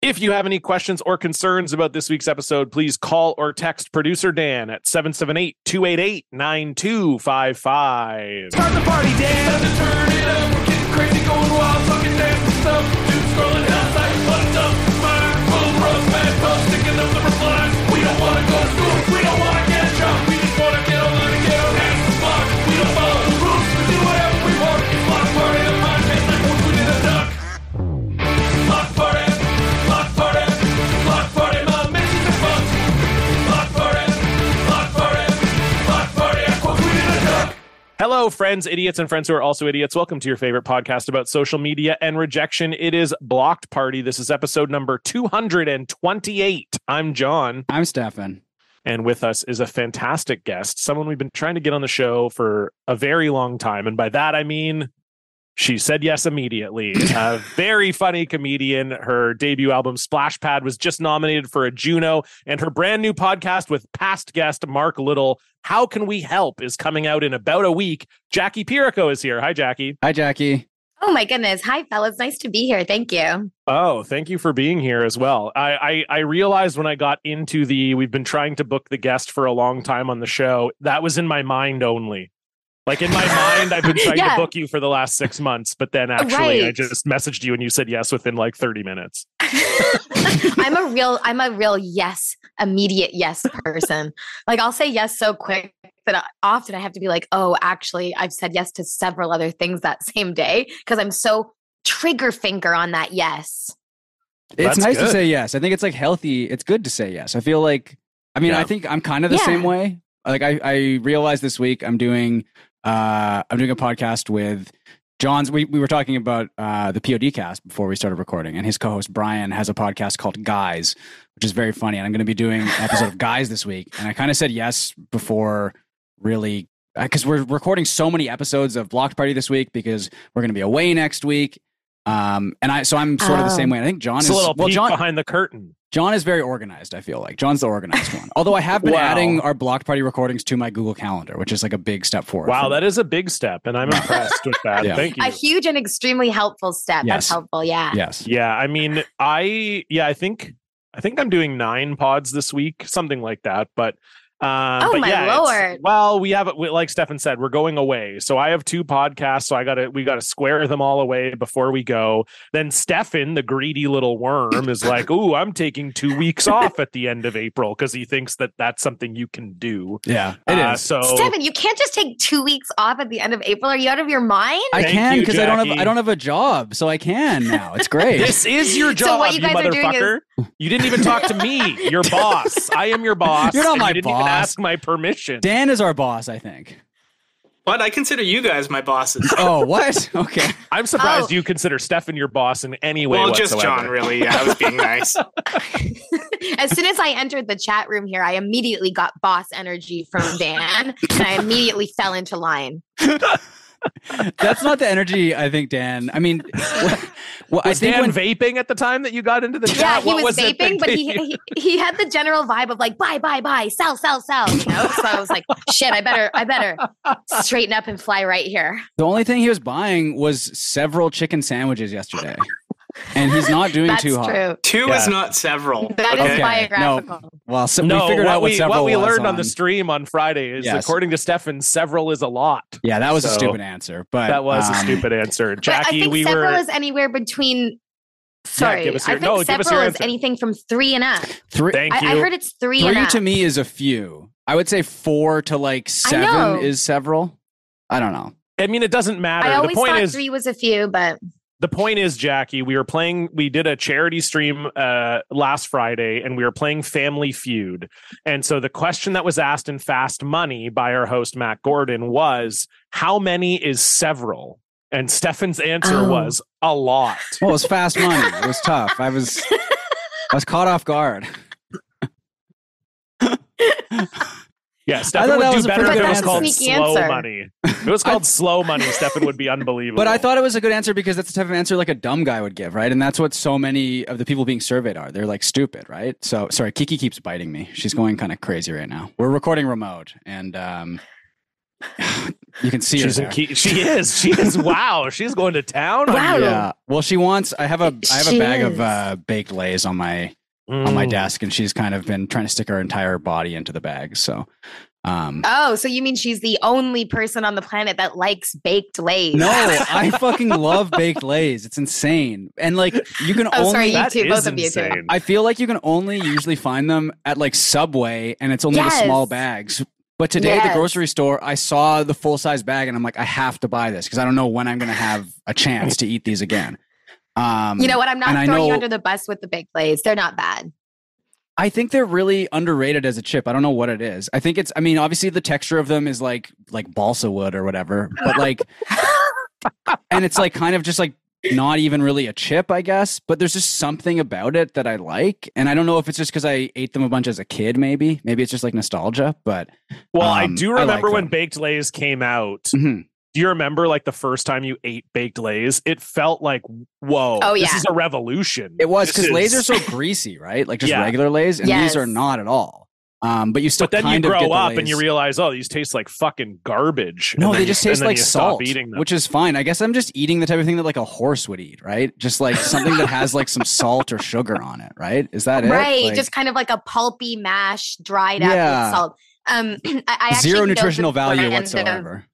If you have any questions or concerns about this week's episode, please call or text producer Dan at 778 288 9255. Start the party, Dan. Time to turn it up. We're getting crazy, going wild, talking nasty stuff. Dudes scrolling outside, fucked up. Fire, full rough, bad puffs, sticking up the replies. We don't wanna go to school. We don't wanna get a job. We just wanna get online and get our ass fucked. We don't follow the rules. We do whatever we want. It's lock party on my face like we're doing a duck. Lock party, lock party, lock party. My missus is fucked. Lock party, lock party, lock party. I quote, we did a duck. Hello, friends, idiots, and friends who are also idiots. Welcome to your favorite podcast about social media and rejection. It is Blocked Party. This is episode number 228. I'm John, I'm Stefan. and with us is a fantastic guest, someone we've been trying to get on the show for a very long time. And by that, I mean, she said yes immediately. a very funny comedian. Her debut album, Splash Pad, was just nominated for a Juno, and her brand new podcast with past guest Mark Little, How Can We Help, is coming out in about a week. Jackie Pirico is here. Hi, Jackie. Hi, Jackie. Oh my goodness. Hi, fellas. Nice to be here. Thank you. Oh, thank you for being here as well. I, I I realized when I got into the we've been trying to book the guest for a long time on the show, that was in my mind only. Like in my mind, I've been trying Yeah. to book you for the last six months, but then actually I Right. just messaged you and you said yes within like 30 minutes. I'm a real, I'm a real yes, immediate yes person. like I'll say yes so quick that I, often I have to be like, oh, actually, I've said yes to several other things that same day because I'm so trigger finger on that yes. It's That's nice good. to say yes. I think it's like healthy. It's good to say yes. I feel like, I mean, Yeah. I think I'm kind of the Yeah. same way. Like I, I realized this week I'm doing, uh, I'm doing a podcast with John's. We, we were talking about uh, the POD cast before we started recording, and his co-host Brian has a podcast called Guys, which is very funny. And I'm going to be doing an episode of Guys this week. And I kind of said yes before really because we're recording so many episodes of Blocked Party this week because we're going to be away next week. Um, and I so I'm sort of the Oh. same way. I think John It's is a little well. peek John behind the curtain. John is very organized. I feel like John's the organized one. Although I have been Wow. adding our Blocked Party recordings to my Google Calendar, which is like a big step forward. Wow, for me. that is a big step, and I'm impressed with that. Yeah. Thank you. A huge and extremely helpful step. Yes. That's helpful. Yeah. yes. Yeah, I mean, I yeah, I think I think I'm doing nine pods this week, something like that. But um, Oh, but my yeah, it's- lord. Well, we have we, like Stefan said, we're going away, so I have two podcasts, so I got to we got to square them all away before we go. Then Stefan, the greedy little worm, is like, "Ooh, I'm taking two weeks off at the end of April because he thinks that that's something you can do." Yeah. It is. Uh, so Stefan, you can't just take two weeks off at the end of April. Are you out of your mind? I Thank can you, because I don't have Jackie. I don't have a job, so I can now. It's great. This is your So job, what you, you guys are doing motherfucker. You didn't even talk to me, your boss. I am your boss. You're not and my you didn't even boss. ask my permission. Dan is our boss, I think. What? I consider you guys my bosses. Oh, what? Okay. I'm surprised Oh. you consider Stefan your boss in any way well, whatsoever. just John, really. Yeah, I was being nice. as soon as I entered the chat room here, I immediately got boss energy from Dan and I immediately fell into line. That's not the energy I think, Dan. I mean, well, well, I Was think Dan when, vaping at the time that you got into the chat? Yeah, Uh, he What was, it that vaping, but he, gave you- he he had the general vibe of like buy, buy, buy, sell, sell, sell. You know, so I was like, shit, I better, I better straighten up and fly right here. the only thing he was buying was several chicken sandwiches yesterday, and he's not doing That's too hot. true. Two Yeah. is not several. That is Okay. biographical. Well, so No, we figured what out what we, several what we was learned on. the on- stream on Friday is, Yes. according to Stefan, several is a lot. Yeah, that was a So, stupid answer, but That was a um, stupid answer, Ah. But I Jackie. think We several were is anywhere between. Sorry, give us I your- think no, give us several your is answer. anything from three and up. Three, thank you. I, I heard it's three, and three up. to me is a few. I would say four to like know. seven is several. I don't know. I mean, it doesn't matter. I the always point thought is, three was a few, but the point is jackie we were playing we did a charity stream uh last friday and we were playing family feud and so the question that was asked in fast money by our host matt gordon was how many is several and stefan's answer Oh. was a lot Well, it was fast money. It was tough. I was, I was caught off guard. yeah stefan thought that would was do a better pretty if it good was called answer. Sneaky slow answer. money if it was called slow money stefan would be unbelievable But I thought it was a good answer because that's the type of answer like a dumb guy would give, right? And that's what so many of the people being surveyed are. They're like stupid, right? So sorry, Kiki keeps biting me. She's going kind of crazy right now. We're recording remote, and um, You can see her. She's in there. key. She is. She is. Wow. She's going to town. on Wow. you. Yeah. Well, she wants. I have a. I have a She bag of is. uh, baked lays on my on my Mm. desk, and she's kind of been trying to stick her entire body into the bag. So, um, Oh, so you mean she's the only person on the planet that likes baked lays? no, I fucking love baked lays. It's insane, and like you can Oh, only. sorry, you That too. Both is of you too. insane. I feel like you can only usually find them at like Subway, and it's only the small Yes. bags. But today at the Yes. grocery store, I saw the full size bag, and I'm like, I have to buy this because I don't know when I'm going to have a chance to eat these again. Um, You know what? I'm not And I throwing you know- under the bus with the baked lays. They're not bad. I think they're really underrated as a chip. I don't know what it is. I think it's. I mean, obviously the texture of them is like like balsa wood or whatever, but like, and it's like kind of just like not even really a chip, I guess. But there's just something about it that I like, and I don't know if it's just because I ate them a bunch as a kid. Maybe, maybe it's just like nostalgia. But Well, I Um, do I like remember when them. baked lays came out. mhm. Do you remember like the first time you ate baked lays? It felt like whoa. Oh, This yeah. is a revolution. it was This because lays are is- so greasy, right? Like just Yeah. regular lays, and Yes. these are not at all. Um, but you still But then you kind of get grow the up and you Lay's. realize, oh, these taste like fucking garbage. No, And then they you- just and taste then like you stop salt, eating them. which is fine. I guess I'm just eating the type of thing that like a horse would eat, right? Just like something that has like some salt or sugar on it, right? Is that it? Right. Like, just kind of like a pulpy mash dried Yeah. up with salt. Um, I, I actually zero know the nutritional value brand of- whatsoever.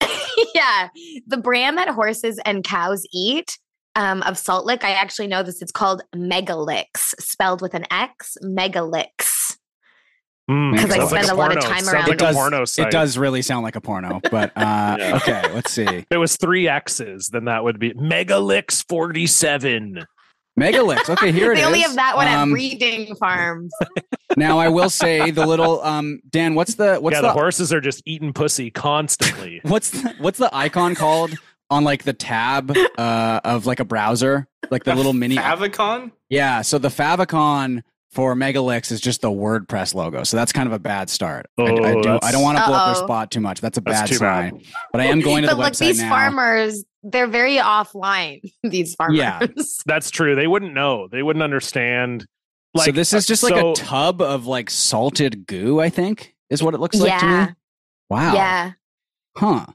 yeah. The brand that horses and cows eat um, of salt lick, I actually know this. It's called Megalix, spelled with an X, Megalix. Mm, 'Cause I sounds like spend a lot of porno. time Sounds around Like it. a Does- porno It site. does really sound like a porno, but uh, Yeah. okay, let's see. If it was three X's, then that would be Megalix 47. Megalix. Okay, here it is. they only have that one at Um, breeding farms. now I will say the little um, Dan. What's the what's yeah, the, the, horses are just eating pussy constantly. what's the, what's the icon called on like the tab uh, of like a browser, like the little mini Avicon? Yeah, so the favicon for Megalix is just the WordPress logo, so that's kind of a bad start. I- I, Oh, do, I that's- don't want to blow up their Uh-oh. spot too much. That's a That's bad too bad. sign. But I am going to but the look, website these now. farmers, they're very offline, these farmers. Yeah. That's true. They wouldn't know. They wouldn't understand. Like so this is just like so- a tub of like salted goo. I think is what it looks like to Yeah. me. Wow. Yeah. Huh.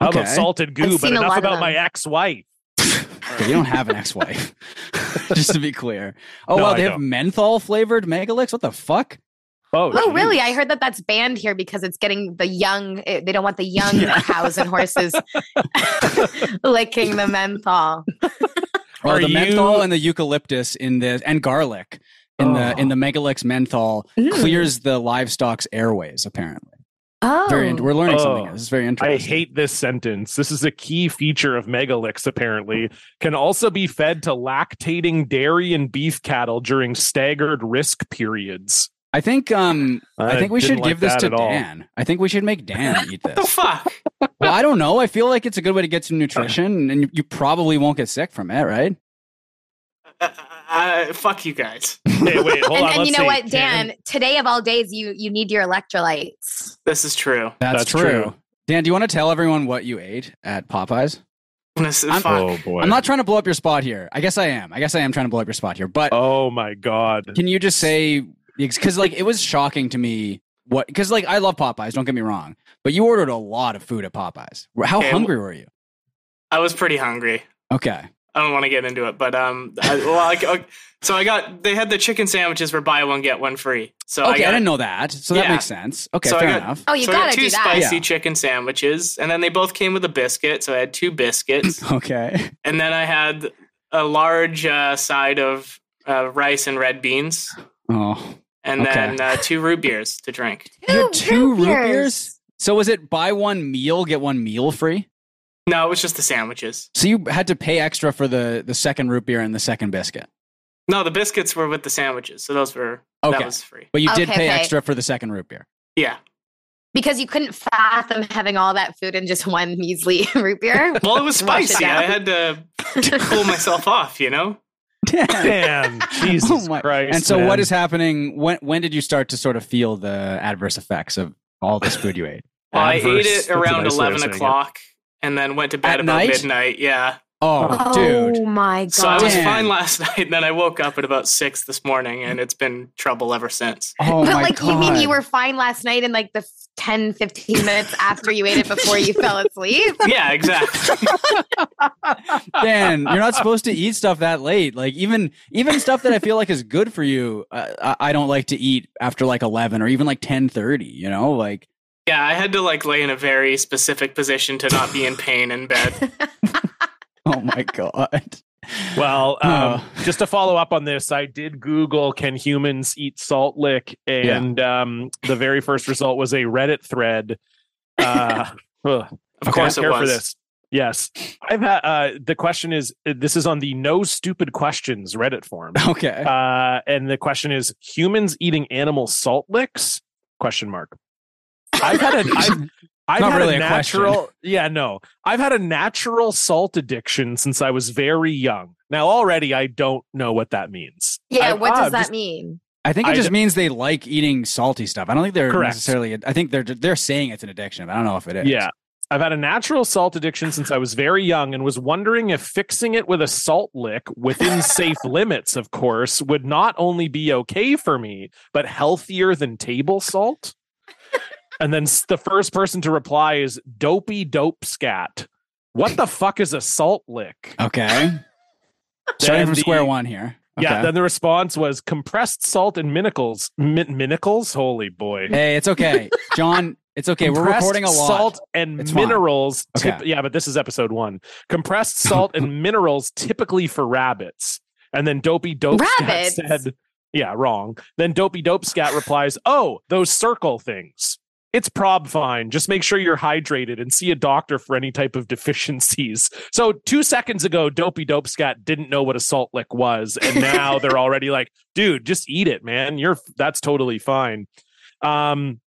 tub Okay. of salted goo, I've but seen a enough lot of about them. my ex-wife. Okay, you don't have an ex-wife, just to be clear. Oh No, wow, I they have don't. menthol flavored Megalix. What the fuck? Oh, Oh, geez. really? I heard that that's banned here because it's getting the young. eh, They don't want the young Yeah. cows and horses licking the menthol. Or Are Oh, the you- menthol and the eucalyptus in this, and garlic in the Oh. in the Megalix menthol Mm. clears the livestock's airways. Apparently, Oh, very. In- we're learning something. Oh. here. This is very I interesting. hate this sentence. This is a key feature of Megalix, apparently. Can also be fed to lactating dairy and beef cattle during staggered risk periods. I think. Um, I think we didn't should like give this that to at all. Dan. I think we should make Dan eat The this. fuck? well, I don't know. I feel like it's a good way to get some nutrition, and you, you probably won't get sick from it, right? Uh, uh, fuck you guys. Hey, wait, hold and, on. and let's you know see. what, Dan? Today of all days, you you need your electrolytes. This is true. That's true. Dan, do you want to tell everyone what you ate at Popeyes? This is I'm- fuck. Oh boy. I'm not trying to blow up your spot here. I guess I am. I guess I am trying to blow up your spot here. But Oh my god. Can you just say because like it was shocking to me what because like I love Popeyes. Don't get me wrong, but you ordered a lot of food at Popeyes. How Okay, hungry were you? I was pretty hungry. Okay, I don't want to get into it, but um, I, well, I, okay, so I got they had the chicken sandwiches were buy one get one free. So I okay, I, got, didn't know that, so that Yeah. makes sense. Okay, So I fair got- enough. Oh, you so I gotta got two do that. spicy Yeah. chicken sandwiches, and then they both came with a biscuit. So I had two biscuits, Okay, and then I had a large uh, side of uh, rice and red beans, oh, and Okay. then uh, two root beers to drink. you had two root beers. So was it buy one meal get one meal free? No, it was just the sandwiches. So you had to pay extra for the the second root beer and the second biscuit, No, the biscuits were with the sandwiches, so those were Okay. that was free. but you did Okay, pay okay. extra for the second root beer. Yeah. because you couldn't fathom having all that food in just one measly root beer. Well, it was Wash it spicy. down. I had to cool myself off. You know. Damn. Dan, Jesus Oh my- Christ. and so man. what is happening when when did you start to sort of feel the adverse effects of all this food you ate Well, I Adverse. ate That's it a around nice way of eleven saying it. o'clock, and then went to bed At about night? midnight. Yeah, Oh, Oh dude. my god. So I was Damn. fine last night, and then I woke up at about six this morning, and it's been trouble ever since. Oh but my like god. you mean you were fine last night in like the f- 10 15 minutes after you ate it before you fell asleep? Yeah, exactly. Dan, you're not supposed to eat stuff that late. Like even even stuff that I feel like is good for you, uh, I, I don't like to eat after like 11 or even like 10:30, you know? Like yeah, I had to like lay in a very specific position to not be in pain in bed. oh my god. Well, um, Oh. just to follow up on this, I did Google "Can humans eat salt lick?" and um, the very first result was a Reddit thread. Uh, ugh, Of course, it prepare was. for this. Yes, I've had. Uh, the question is: This is on the "No Stupid Questions" Reddit forum, Okay. uh, and the question is: Humans eating animal salt licks? Question mark. I've had a. I've, I've Not had really a a question. natural. yeah, no. I've had a natural salt addiction since I was very young. Now already, I don't know what that means. Yeah, I- what ah, does that just- mean? I think it I just d- means they like eating salty stuff. I don't think they're Correct. necessarily I think they're they're saying it's an addiction, but I don't know if it is. Yeah. I've had a natural salt addiction since I was very young and was wondering if fixing it with a salt lick within safe limits, of course, would not only be okay for me, but healthier than table salt. And then s- the first person to reply is Dopey Dope Scat. What the fuck is a salt lick? Okay. Starting Then from square the- one here. Yeah, Okay. then the response was compressed salt and minicles. Min- minicles? Holy boy. hey, it's okay. John, it's okay. We're Compressed recording a lot. Salt and It's fine. minerals. Okay. typ- yeah, but this is episode one. Compressed salt and minerals typically for rabbits. And then Dopey Dope Scat Rabbits? said, yeah, wrong. Then Dopey Dope Scat replies, oh, those circle things. It's prob fine. Just make sure you're hydrated and see a doctor for any type of deficiencies. So two seconds ago, Dopey Dope Scat didn't know what a salt lick was, and now they're already like, "Dude, just eat it, man. You're that's totally fine." Um,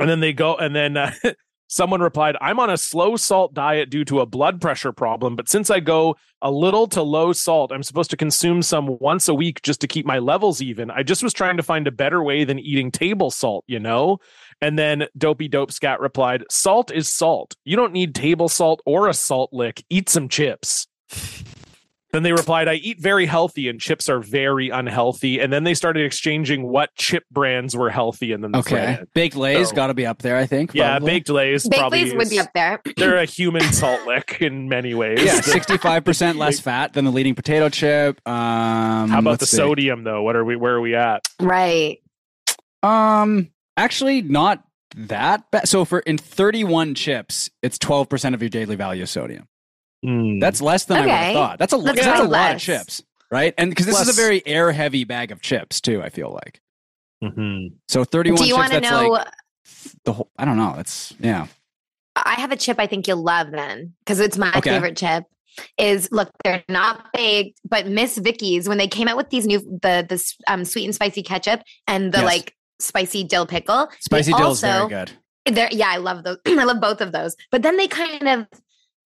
and then they go, and then uh, someone replied, "I'm on a slow salt diet due to a blood pressure problem, but since I go a little to low salt, I'm supposed to consume some once a week just to keep my levels even. I just was trying to find a better way than eating table salt, you know." And then Dopey Dope Scat replied, Salt is salt. You don't need table salt or a salt lick. Eat some chips. then they replied, I eat very healthy and chips are very unhealthy. And then they started exchanging what chip brands were healthy and then the Okay. thread. Baked Lay's So- got to be up there, I think. Yeah, probably. baked lays Big probably Lays would be is- up there. They're a human salt lick in many ways. Yeah, The- sixty-five percent less fat than the leading potato chip. Um, How about let's the see. sodium though? What are we where are we at? Right. Um, actually, not that bad. So for in thirty-one chips, it's twelve percent of your daily value of sodium. Hmm. That's less than I would have Okay. thought. That's a That's that's, that's a way lot of less. chips, right? And because this Plus- is a very air-heavy bag of chips too. I feel like Mhm. so thirty-one. Do you chips, want to that's know like the whole? I don't know. That's yeah. I have a chip I think you'll love then because it's my Okay. favorite chip. Is look, they're not baked, but Miss Vicky's when they came out with these new the this um, sweet and spicy ketchup and the Yes. like spicy dill pickle. they Spicy dill is very also- good. They're yeah, I love those. I love both of those. But then they kind of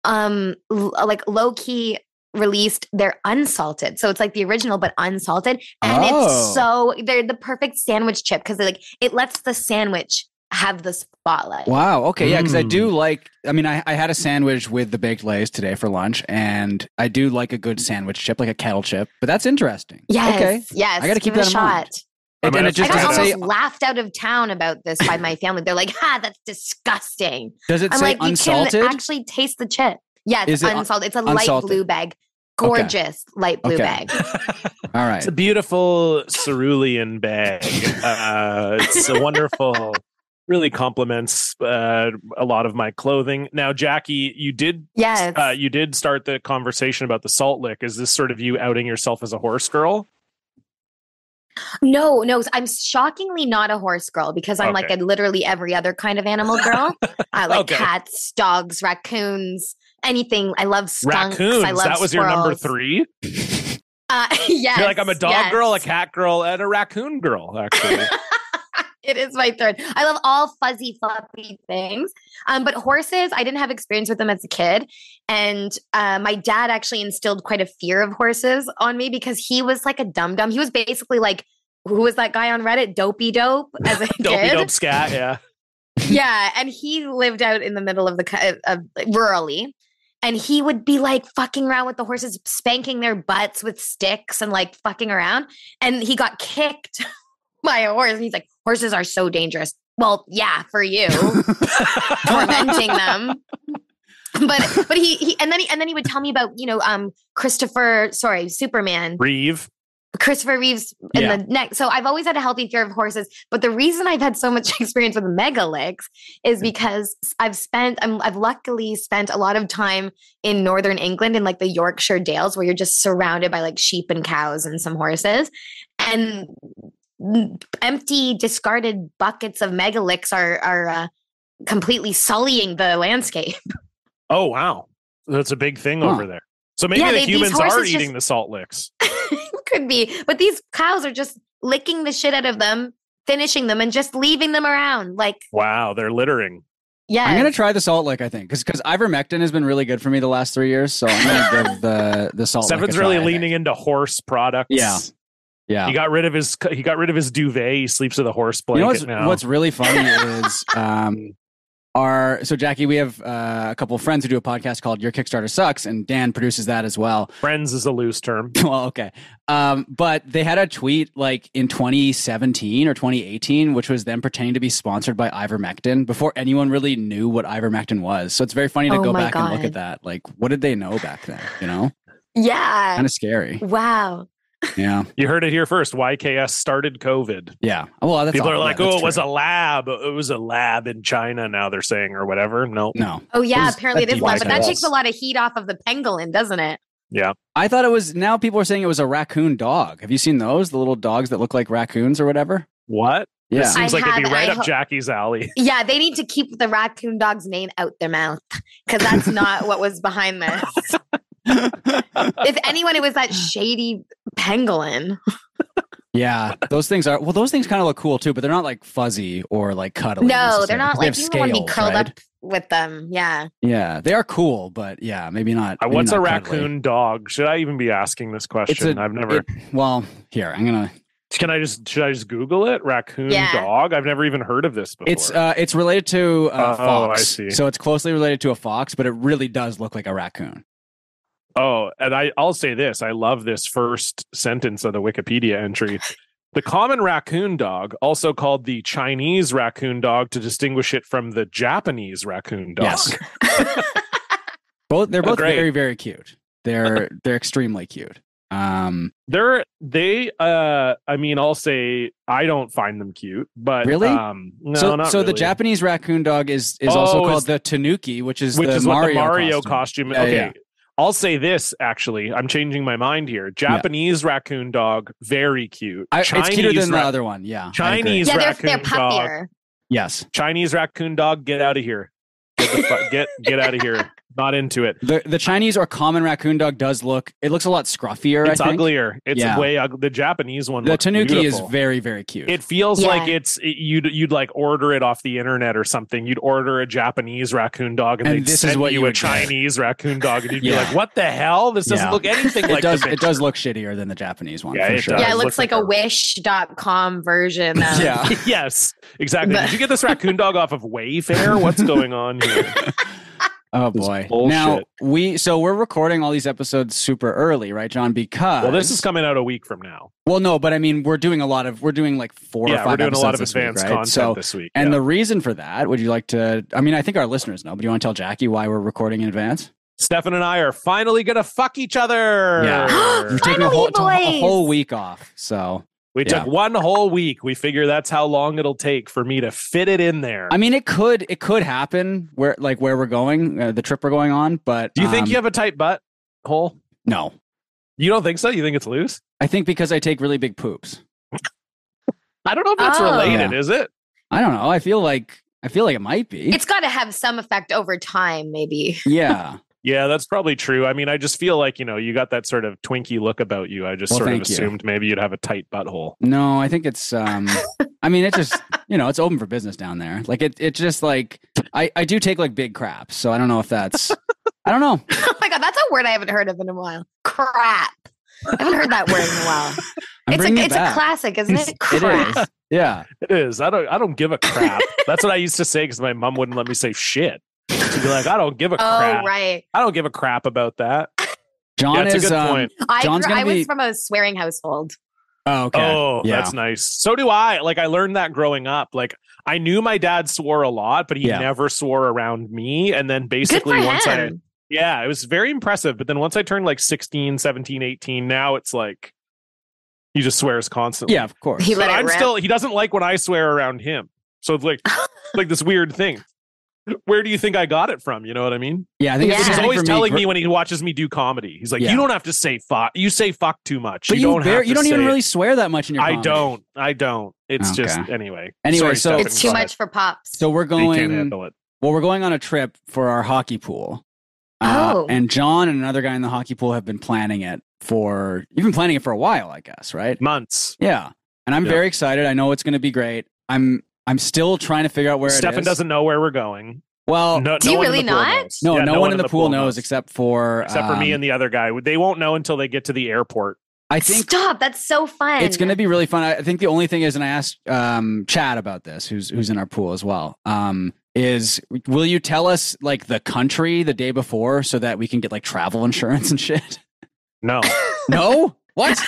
um l- like low key released they're unsalted. So it's like the original but unsalted and Oh. it's so they're the perfect sandwich chip cuz like it lets the sandwich have the spotlight. Wow. Okay. Yeah. Because I do Mm. like, I mean, I, I had a sandwich with the baked lays today for lunch, and I do like a good sandwich chip, like a kettle chip, but that's interesting. Yes. Okay. Yes. I gotta keep give it that a in mind. shot. I And, might have and it to try just I got doesn't that almost say, laughed out of town about this by my family. They're like, "Ha, that's disgusting." does it I'm say like, "You unsalted? can actually taste the chip." Yeah, it's Is it un- unsalted. It's a light unsalted? blue bag, Okay. gorgeous light blue Okay. bag. All right. It's a beautiful cerulean bag. Uh, it's a wonderful, really complements uh, a lot of my clothing. Now, Jackie, you did Yes, uh, you did start the conversation about the salt lick. Is this sort of you outing yourself as a horse girl? no, no. I'm shockingly not a horse girl because I'm like Okay. a literally every other kind of animal girl. I like Okay. cats, dogs, raccoons, anything. I love skunks. Raccoons. I love that was your number squirrels. three. Uh, yes, You're like I'm a dog yes. girl, a cat girl, and a raccoon girl. Actually, It is my third. I love all fuzzy, fluffy things. Um, but horses, I didn't have experience with them as a kid. And uh, my dad actually instilled quite a fear of horses on me because he was like a dum dum. He was basically like, who was that guy on Reddit? Dopey Dope as a dopey kid. dope scat. Yeah. Yeah. And he lived out in the middle of the, co- of, of- uh, rurally. And he would be like fucking around with the horses, spanking their butts with sticks and like fucking around. And he got kicked by a horse. And he's like, horses are so dangerous. Well, yeah, for you, tormenting them. But but he, he and then he and then he would tell me about, you know, um Christopher, sorry, Superman. Reeve. Christopher Reeves in Yeah. the neck. So I've always had a healthy fear of horses, but the reason I've had so much experience with megalix is because I've spent I'm, I've luckily spent a lot of time in northern England in like the Yorkshire Dales where you're just surrounded by like sheep and cows and some horses and empty discarded buckets of megalix are are uh, completely sullying the landscape. Oh wow, that's a big thing Huh. over there. So maybe Yeah, the they- these humans are horses eating just- the salt licks. Could be, but these cows are just licking the shit out of them. Finishing them and just leaving them around like Wow, they're littering. Yeah. I'm gonna try the salt lick. I think because because ivermectin has been really good for me the last three years. So I'm gonna give the the salt. lick Oh, a Seven's try, really I think. leaning into horse products. Yeah. Yeah. He got rid of his he got rid of his duvet. He sleeps with a horse You blanket know what's, now. what's really funny is um, our so Jackie, we have uh, a couple of friends who do a podcast called Your Kickstarter Sucks, and Dan produces that as well. Friends is a loose term. well, okay, um, but they had a tweet like in 2017 or 2018, which was them pretending to be sponsored by ivermectin before anyone really knew what ivermectin was. So it's very funny to Oh go my back and look God. at that. Like, what did they know back then? You know, Yeah. kind of scary. Wow. Yeah, You heard it here first. YKS started COVID. yeah. Well, that's People all- are yeah, like, that's "Oh, it true. was a lab. It was a lab in China." Now they're saying or whatever. No, no. Oh yeah, was apparently a it is one, but that decoy. takes a lot of heat off of the pangolin, doesn't it? I thought it was now people are saying it was a raccoon dog. Have you seen those? The little dogs that look like raccoons or whatever? what? Yeah. This seems I like it'd be have- right I up ho- Jackie's alley. Yeah, they need to keep the raccoon dog's name out their mouth because that's not what was behind this. if anyone, it was that shady pangolin. yeah. Those things are well, those things kind of look cool too, but they're not like fuzzy or like cuddly. No, necessarily, they're not 'cause they like have you don't want to be scales, curled right? up with them. Yeah. Yeah. They are cool, but yeah, maybe not. Uh, maybe What's not a cuddly. raccoon dog? Should I even be asking this question? a- I've never. it- well, here, I'm gonna Can I just should I just Google it? Raccoon Yeah. dog. I've never even heard of this before. it's uh it's related to uh Oh, fox. I see. So it's closely related to a fox, but it really does look like a raccoon. oh, and I I'll say this. I love this first sentence of the Wikipedia entry. The common raccoon dog, also called the Chinese raccoon dog, to distinguish it from the Japanese raccoon dog. Yes. both they're Oh, both great. very, very cute. They're they're extremely cute. Um They're they uh I mean I'll say I don't find them cute, but Really? um no so, not so the really. Japanese raccoon dog is is Oh, also is- called the tanuki, which is which the is Mario what the Mario costume. costume, Yeah, okay. yeah. I'll say this actually. I'm changing my mind here. Japanese raccoon dog, very cute. I, it's cuter than the ra- other one. Yeah, I agree. Chinese yeah, they're, raccoon they're dog. puffier. Yes, Chinese raccoon dog, get out of here. Get the fu- get get out of here. Not into it. the the Chinese or common raccoon dog does look. It looks a lot scruffier. It's I think. uglier. It's Yeah. way ug- the Japanese one. The looks tanuki beautiful. is very very cute. It feels Yeah. like it's it- you'd you'd like order it off the internet or something. You'd order a Japanese raccoon dog, and, And they'd this is send what you, you a would get. Chinese raccoon dog, and you'd Yeah. be like, "What the hell? This doesn't Yeah. look anything It like does the it does look shittier than the Japanese one. Yeah, for it sure. does. Yeah, it it looks looks like like a a- wish.com version of Yeah. picture." yes, exactly. Did you get this raccoon dog off of Wayfair? What's going on here? Oh It's boy. bullshit. Now we so we're recording all these episodes super early, right, John? Because Well, this is coming out a week from now. well, no, but I mean we're doing a lot of we're doing like four or Yeah, five we're doing a lot episodes of this week, advanced right? content So- this week. And yeah. the reason for that, would you like to? I mean, I think our listeners know, but do you want to tell Jackie why we're recording in advance? Stefan and I are finally gonna fuck each other. Yeah. We've taken a Finally, whole, to- a boys! whole week off. So, We Yeah. took one whole week. We figure that's how long it'll take for me to fit it in there. I mean, it could it could happen where like where we're going, uh, the trip we're going on. But Do you think um, you have a tight butt hole? No, You don't think so? You think it's loose? I think because I take really big poops. I don't know if that's Oh. related, is it? I don't know. I feel like I feel like it might be. It's got to have some effect over time, maybe. yeah. Yeah, that's probably true. I mean, I just feel like, you know, you got that sort of twinkie look about you. I just Well, sort of thank you. assumed maybe you'd have a tight butthole. No, I think it's um I mean it's just you know, it's open for business down there. Like it it just like I I do take like big craps, so I don't know if that's I don't know. oh my God, that's a word I haven't heard of in a while. Crap. I haven't heard that word in a while. I'm it's a, bringing it it's a back. classic, isn't it? It is. Yeah. It is. I don't I don't give a crap. that's what I used to say because my mom wouldn't let me say shit. to be like, I don't give a Oh, crap. right. I don't give a crap about that. John Yeah, that's a is good um, point. I, John's grew- gonna I was be- from a swearing household. Oh, okay. Oh, Yeah. that's nice. So do I. Like I learned that growing up. Like I knew my dad swore a lot, but he Yeah. never swore around me. And then Good for basically once I him. Yeah, it was very impressive, but then once I turned like 16, 17, 18, now it's like he just swears constantly. yeah, of course. He But let it I'm rip. still he doesn't like when I swear around him. So it's like like this weird thing. Where do you think I got it from? You know what I mean? Yeah, I think Yeah. it's He's He's something always for telling gr- me when he watches me do comedy. He's like, Yeah. "You don't have to say fuck. You say fuck too much. But you, don't bar- have. To you don't even say it." really swear that much in your. I comedy. don't. I don't. It's just Okay. anyway. Anyway, so- Stefan, It's too go ahead. much for pops. So we're You can't going. handle it. Well, we're going on a trip for our hockey pool. Uh, Oh. And John and another guy in the hockey pool have been planning it for. You've been planning it for a while, I guess, right? Months. Yeah. And I'm Mm. Yeah. very excited. I know it's going to be great. I'm. I'm still trying to figure out where it Stefan is. doesn't know where we're going. Well, no, no, Do no you one in really the pool not? knows. no, Yeah, one, in the, pool knows, except for except for me um, and the other guy. They won't know until they get to the airport. I think Stop. That's so fun. It's going to be really fun. I I think the only thing is, and I asked um, Chad about this, who's who's in our pool as well. Um, is will you tell us like the country the day before so that we can get like travel insurance and shit? No, no, what?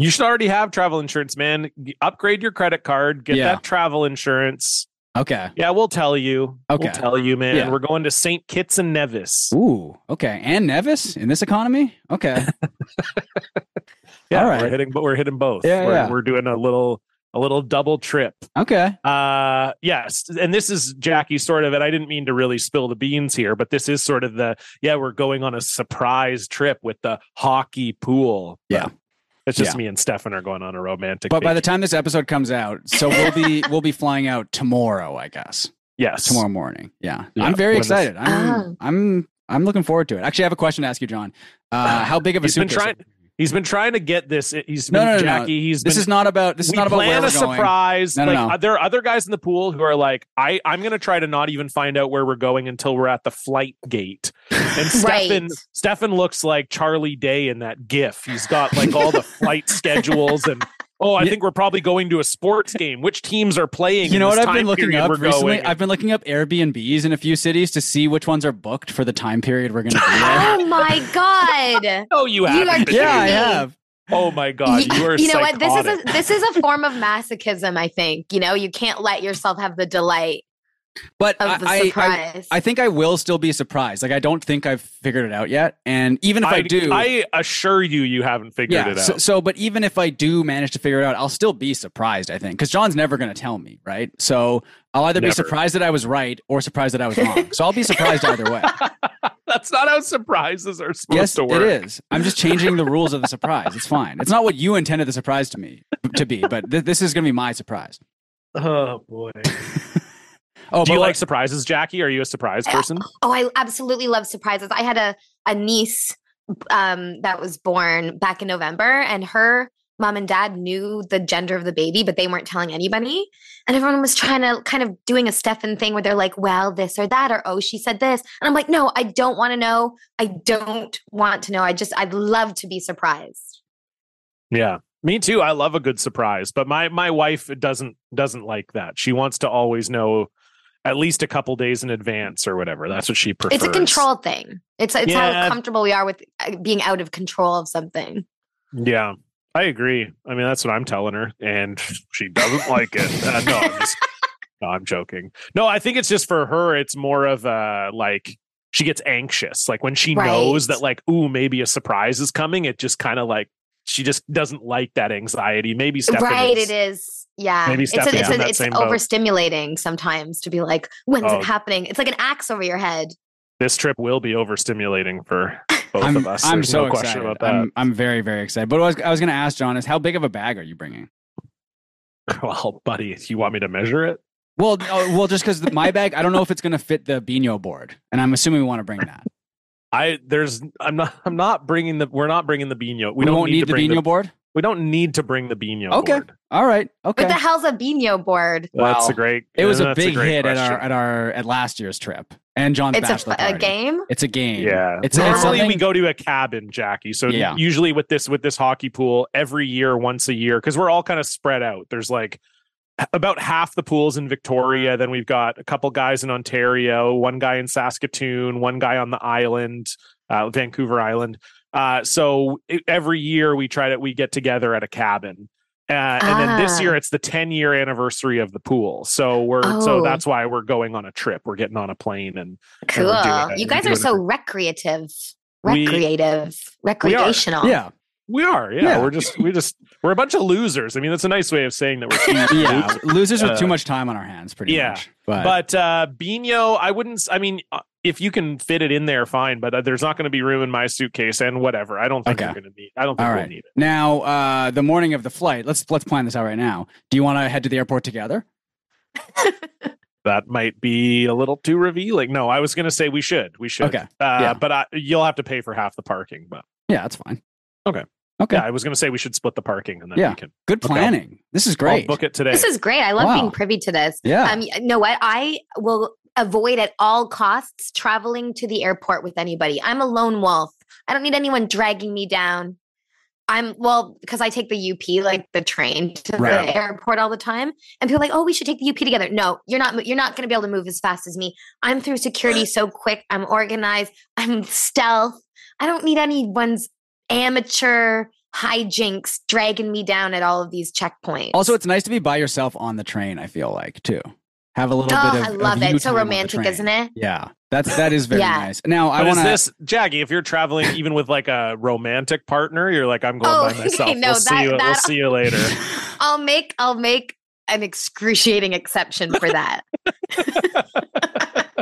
you should already have travel insurance, man. Upgrade your credit card. Get Yeah. that travel insurance. Okay. Yeah, we'll tell you. Okay. We'll tell you, man. Yeah. We're going to St. Kitts and Nevis. Ooh. Okay. And Nevis in this economy. Okay. Yeah, All right. we're hitting, but we're hitting both. Yeah, we're, yeah. we're doing a little, a little double trip. Okay. Uh, yes, and this is Jackie sort of, and I didn't mean to really spill the beans here, but this is sort of the yeah, we're going on a surprise trip with the hockey pool. Yeah. But it's just Yeah. me and Stefan are going on a romantic. But by the vacation. time this episode comes out, so we'll be we'll be flying out tomorrow, I guess. yes, Tomorrow morning. Yeah. Yeah, I'm very when this- excited. I'm Oh. I'm I'm looking forward to it. Actually, I have a question to ask you, John. Uh, how big of a He's Ah, been suitcase? trying- he's been trying to get this. He's No, been no, no, no. Jackie. He's This been, is not about. This is we not about plan where a we're going. surprise. No, no, like no. uh, there are other guys in the pool who are like, I I'm gonna try to not even find out where we're going until we're at the flight gate. And Right. Stefan Stefan looks like Charlie Day in that GIF. He's got like all the flight schedules and. Oh, I You- think we're probably going to a sports game. Which teams are playing? You in know what this I've been time looking period up we're recently? Going? I've been looking up Airbnbs in a few cities to see which ones are booked for the time period we're going to be there. Oh my god. oh, you You have. are been. kidding yeah, I me. have. Oh my God, Y- you are. know what? This psychotic. is a this is a form of masochism. I think you know you can't let yourself have the delight But of I, the I- I, surprise. I think I will still be surprised. Like I don't think I've figured it out yet. And even if I, do, I assure you, you haven't figured yeah. it out. So, so, but even if I do manage to figure it out, I'll still be surprised. I think because John's never going to tell me, right? So I'll either be Never. surprised that I was right or surprised that I was wrong. so I'll be surprised either way. That's not how surprises are supposed Yes, to it work. is. I'm just changing the rules of the surprise. It's fine. It's not what you intended the surprise to me to be, but th- this is going to be my surprise. Oh boy. Oh, Do but you what- like surprises, Jackie? Are you a surprise person? Oh, I absolutely love surprises. I had a a niece um, that was born back in November, and her mom and dad knew the gender of the baby, but they weren't telling anybody. And everyone was trying to kind of doing a Stefan thing where they're like, "Well, this or that," or "Oh, she said this," and I'm like, "No, I don't want to know. I don't want to know. I just I'd love to be surprised." Yeah. Me too. I love a good surprise, but my my wife doesn't doesn't like that. She wants to always know at least a couple days in advance or whatever. That's what she prefers. It's a control thing. It's it's Yeah. how comfortable we are with uh, being out of control of something. Yeah. I agree. I mean, that's what I'm telling her, and she doesn't like it. Uh, no, I'm just, no, I'm joking. No, I think it's just for her. It's more of a like she gets anxious, like when she Right. knows that, like, ooh, maybe a surprise is coming. It just kind of like she just doesn't like that anxiety. Maybe Stefan right is. it is yeah Maybe it's, a, Stephanie's it's, in that a, it's same boat. overstimulating sometimes to be like when's Oh. it happening it's like an axe over your head This trip will be overstimulating for both I'm, of us. I'm There's so no excited. question about that. I'm, I'm very, very excited. But what I was, I was going to ask John is how big of a bag are you bringing? well, buddy, you want me to measure it? Well, oh, well, just because my bag, I don't know if it's going to fit the Bino board, and I'm assuming we want to bring that. I there's I'm not I'm not bringing the we're not bringing the Bino. We, We, don't won't need, need, to the bring Bino board. We don't need to bring the Bino. Okay. board. All right. Okay. what the hell's a bino board That's Wow. a great. it was a that's big great hit at our question. at our at last year's trip and John's it's bachelor a, f- a party. game It's a game. Yeah. It's, it's Normally we something- go to a cabin, Jackie. So Yeah. usually with this with this hockey pool every year, once a year, because we're all kind of spread out. There's like about half the pools in Victoria. Then we've got a couple guys in Ontario, one guy in Saskatoon, one guy on the island, uh, Vancouver Island. Uh, so e- every year we try to we get together at a cabin. Uh, and then this Ah. year it's the 10 year anniversary of the pool. So we're so Oh. that's why we're going on a trip. We're getting on a plane and we're Cool. doing it. you We're guys are doing it. so recreative, We- recreative, recreational. Yeah. we are. Yeah, Yeah. We're just we just we're a bunch of losers. I mean, that's a nice way of saying that we're huge Yeah. Losers with Uh, too much time on our hands, pretty yeah. much. But, But uh Bino, I wouldn't. s- I mean, uh, if you can fit it in there, fine. But uh, there's not going to be room in my suitcase and whatever. I don't think Okay. you're going to need. I don't think All we'll right. need it. now, uh, the morning of the flight, let's let's plan this out right now. Do you want to head to the airport together? That might be a little too revealing. No, I was going to say we should. We should. Okay. Uh, Yeah. But I, you'll have to pay for half the parking. But Yeah, that's fine. Okay. Okay. yeah, I was going to say we should split the parking and then Yeah. we can. Good Okay. planning. This is I'll great. book it today. This is great. I love Wow. being privy to this. yeah. Um, you know what? I will avoid at all costs traveling to the airport with anybody. I'm a lone wolf. I don't need anyone dragging me down. I'm well because I take the UP like the train to Right. the airport all the time, and people are like, "Oh, we should take the UP together." No, you're not. You're not going to be able to move as fast as me. I'm through security so quick. I'm organized. I'm stealth. I don't need anyone's amateur hijinks dragging me down at all of these checkpoints. also, it's nice to be by yourself on the train, I feel like, too. Have a little oh, bit of I love of it. you It's so time on the romantic, train. isn't it? Yeah. That's that is very Yeah. nice. Now I But want is to this Jackie? If you're traveling, even with like a romantic partner, you're like, I'm going Oh, by okay, myself. no, we'll see that- you. we'll that- see you later. I'll make I'll make an excruciating exception for that.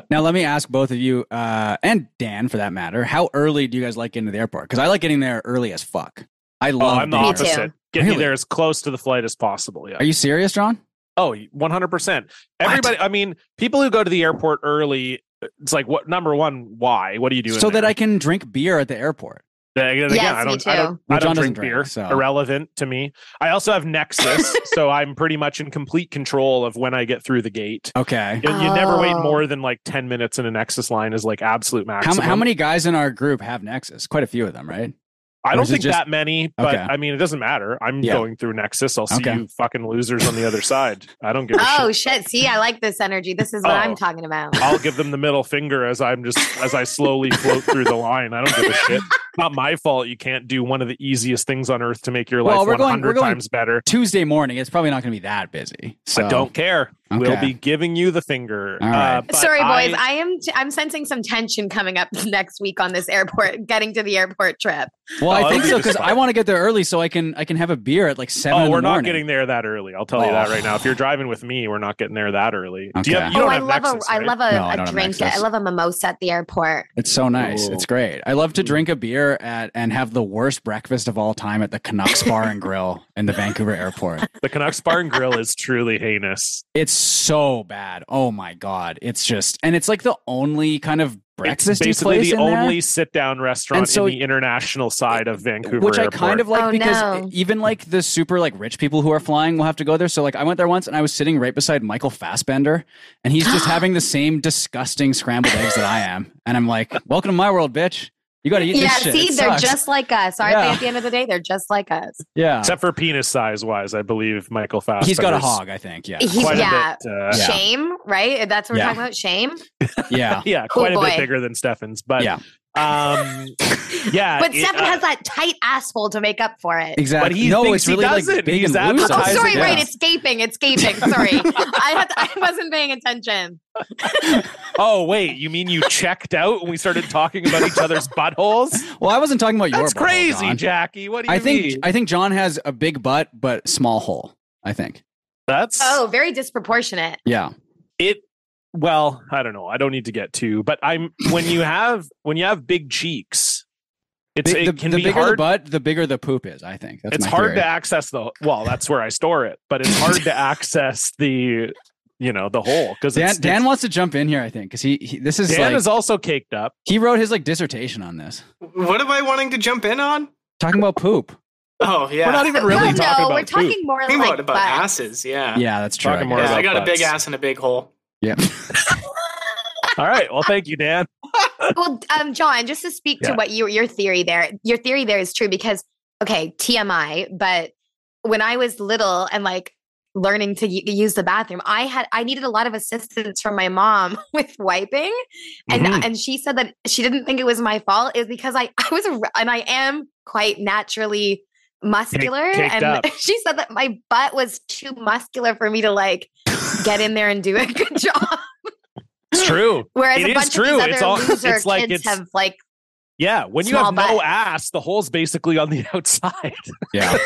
Now, let me ask both of you uh, and Dan, for that matter, how early do you guys like getting to the airport? Because I like getting there early as fuck. I Oh, love. I'm the Me being- too. opposite. Get me Really? there as close to the flight as possible. Yeah. Are you serious, John? Oh, 100%. Everybody, I mean, people who go to the airport early, uh, it's like, what number one, why? What do you do? so that I can drink beer at the airport. Again, Yes, I me don't, I don't, too. I Well, John don't doesn't drink, drink, beer. so- Irrelevant to me. I also have Nexus, so I'm pretty much in complete control of when I get through the gate. Okay. You, you never wait Oh. more than like 10 minutes in a Nexus line is like absolute How, maximum. how many guys in our group have Nexus? Quite a few of them, right? I or don't is it think just- that many, but Okay. I mean, it doesn't matter. I'm Yeah. going through Nexus. I'll see Okay. you fucking losers on the other side. I don't give a shit. Oh shit. See, I like this energy. This is what Oh. I'm talking about. I'll give them the middle finger as I'm just as I slowly float through the line. I don't give a shit. Not my fault. You can't do one of the easiest things on earth to make your Well, life we're going- 100 we're going- times better. Tuesday morning, it's probably not going to be that busy. So I don't care. We'll Okay. be giving you the finger. Uh, All right. but Sorry, I, boys. I, am I'm sensing some tension coming up next week on this airport, getting to the airport trip. Well, Oh, I that'd think be so just because fine. I want to get there early so I can I can have a beer at like seven. in oh, the we're not morning. getting there that early. I'll tell you that Oh. right now. If you're driving with me, we're not getting there that early. Do you, Okay. have, you Oh, don't I have love Nexus, a I right? love No, I a, don't a have drink. Nexus. I love a mimosa at the airport. It's so nice. Ooh. It's great. I love to Mm. drink a beer at and have the worst breakfast of all time at the Canucks Bar and Grill in the Vancouver airport. the Canucks Bar and Grill is truly heinous. It's so bad. Oh my god. It's just and it's like the only kind of it's breakfast basically place the in there, only sit-down restaurant so- in the international side of Vancouver, which I airport. kind of like Oh, because e, no. even like the super like rich people who are flying will have to go there. So like I went there once and I was sitting right beside Michael Fassbender and he's just having the same disgusting scrambled eggs that I am. And I'm like, "Welcome to my world, bitch. You got to eat Yeah, this shit." see, It they're sucks." just like us. Aren't Yeah. they at the end of the day? They're just like us. Yeah. except for penis size wise, I believe Michael Fassbender's He's got a hog, I think. Yeah. He's- quite yeah. a bit. Uh, Yeah. Shame, right? That's what we're Yeah. talking about. Shame. yeah. yeah, Cool quite a bit Oh, boy. bigger than Stefan's, but Yeah. um, yeah, But it, Stefan uh, has that tight asshole to make up for it. Exactly. But he no, thinks it's he really does like it. big He's and loose. Oh, advertising Size sorry, it right. up. It's gaping. It's gaping. Sorry. I had I wasn't paying attention. oh wait, you mean you checked out when we started talking about each other's buttholes? Well, I wasn't talking about your That's butthole, crazy, John. Jackie. What do you I think mean? I think John has a big butt but small hole. I think. That's Oh, very disproportionate. Yeah. it well i don't know i don't need to get to but i'm when you have when you have big cheeks it's Big- the, it can the be bigger the hard butt, the bigger the poop is. I think. That's it's my hard theory. to access the well that's where i store it but it's hard to access the you know the hole because Dan, it's, Dan it's, wants to jump in here. I think because he, he this is Dan like is also caked up he wrote his like dissertation on this, What am I wanting to jump in on? talking about poop. Oh yeah, we're not even really no, talking no, about we're poop. talking more Think like about, about butts. asses. Yeah, Yeah, that's true. Talking I more guess. Yeah, I about got a big butts. ass and a big hole. all right well thank you dan well, um, John, just to speak Yeah. to what you your theory there, your theory there is true because okay, TMI, but when I was little and like learning to y- use the bathroom. I had I needed a lot of assistance from my mom with wiping, and Mhm. and she said that she didn't think it was my fault. Is because I I was a r- and I am quite naturally muscular, caked and up. she said that my butt was too muscular for me to like get in there and do a good job. It's true. Whereas It a is bunch true. of these It's other all- loser it's like kids it's- have like Yeah, when you Small have no butt. ass, the hole's basically on the outside. Yeah.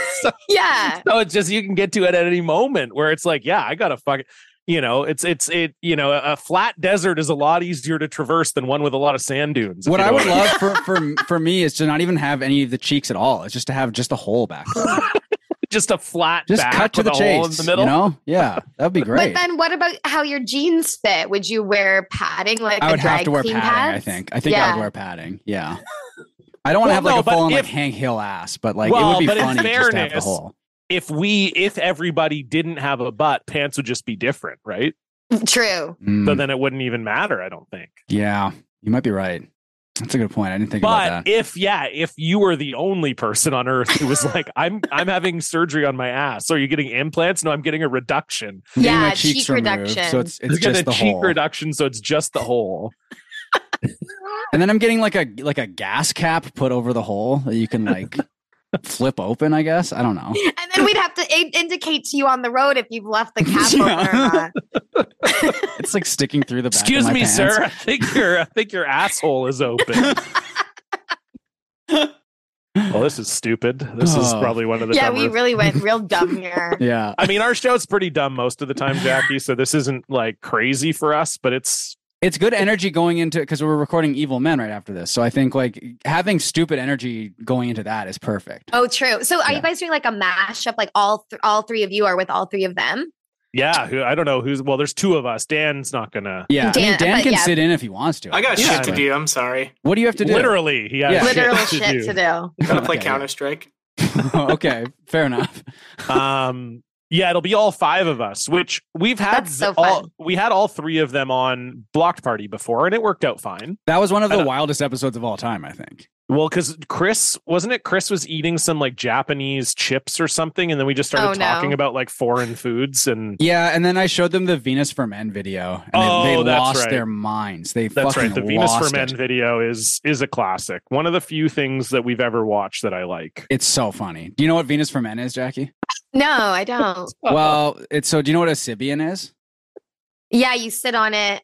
yeah. so it's just you can get to it at any moment where it's like, yeah, I gotta fuck. You know, it's it's it. You know, a a flat desert is a lot easier to traverse than one with a lot of sand dunes. if What you I know would mean. love for, for for me is to not even have any of the cheeks at all. It's just to have just the whole back. just a flat Just back cut to with the a chase. hole in the middle. You know? Yeah, that'd be But great. then what about how your jeans fit? Would you wear padding like I a would drag have to wear queen padding. pads? I think. I think I Yeah. would wear padding. Yeah. I don't Well, want to have like no, a but full on like if- Hank Hill ass, but like it Well, would be but in funny just to have the fairness- whole. If we, if everybody didn't have a butt, pants would just be different, right? True. Mm, So then it wouldn't even matter. I don't think. yeah, you might be right. That's a good point. I didn't think about But that. if yeah, if you were the only person on earth who was like, I'm I'm having surgery on my ass. So are you getting implants? No, I'm getting a reduction. I'm getting Yeah, my cheeks cheek removed, reduction. So it's it's It's just a the cheek whole. reduction, so it's just the hole. And then I'm getting like a like a gas cap put over the hole that you can like flip open. I guess I don't know. And then we'd have to in- indicate to you on the road if you've left the cap Yeah. open or not. It's like sticking through the back. of Excuse my me, pants. sir. I think your I think your asshole is open. well, this is stupid. This is Oh. probably one of the Yeah, dumber- we really went real dumb here. Yeah. I mean, our show's pretty dumb most of the time, Jackie. So this isn't like crazy for us, but it's It's good energy going into because we're recording Evil Men right after this. So I think like having stupid energy going into that is perfect. Oh, true. So are Yeah. you guys doing like a mashup? Like all th- all three of you are with all three of them. yeah. Who I don't know who's well. There's two of us. Dan's not gonna. Yeah. I mean, Dan- Dan but can yeah. sit in if he wants to. I got Yeah. shit to do. I'm sorry. What do you have to do? Literally, he has Yeah. Literal shit to shit do. to do. Gotta play Okay. Counter Strike. okay, fair enough. um yeah it'll be all five of us which we've had That's so all fun. we had all three of them on blocked party before and it worked out fine That was one of I the don't- wildest episodes of all time, I think. well because chris wasn't it chris was eating some like japanese chips or something and then we just started Oh, no. talking about like foreign foods and Yeah, and then I showed them the Venus for Men video, and they, Oh, they that's lost right. their minds. They that's fucking right the venus for lost men it. video is is a classic one of the few things that we've ever watched that i like It's so funny. Do you know what Venus for Men is, Jackie? No, I don't. Uh-huh. Well, it's so. Do you know what a Sibian is? Yeah, you sit on it.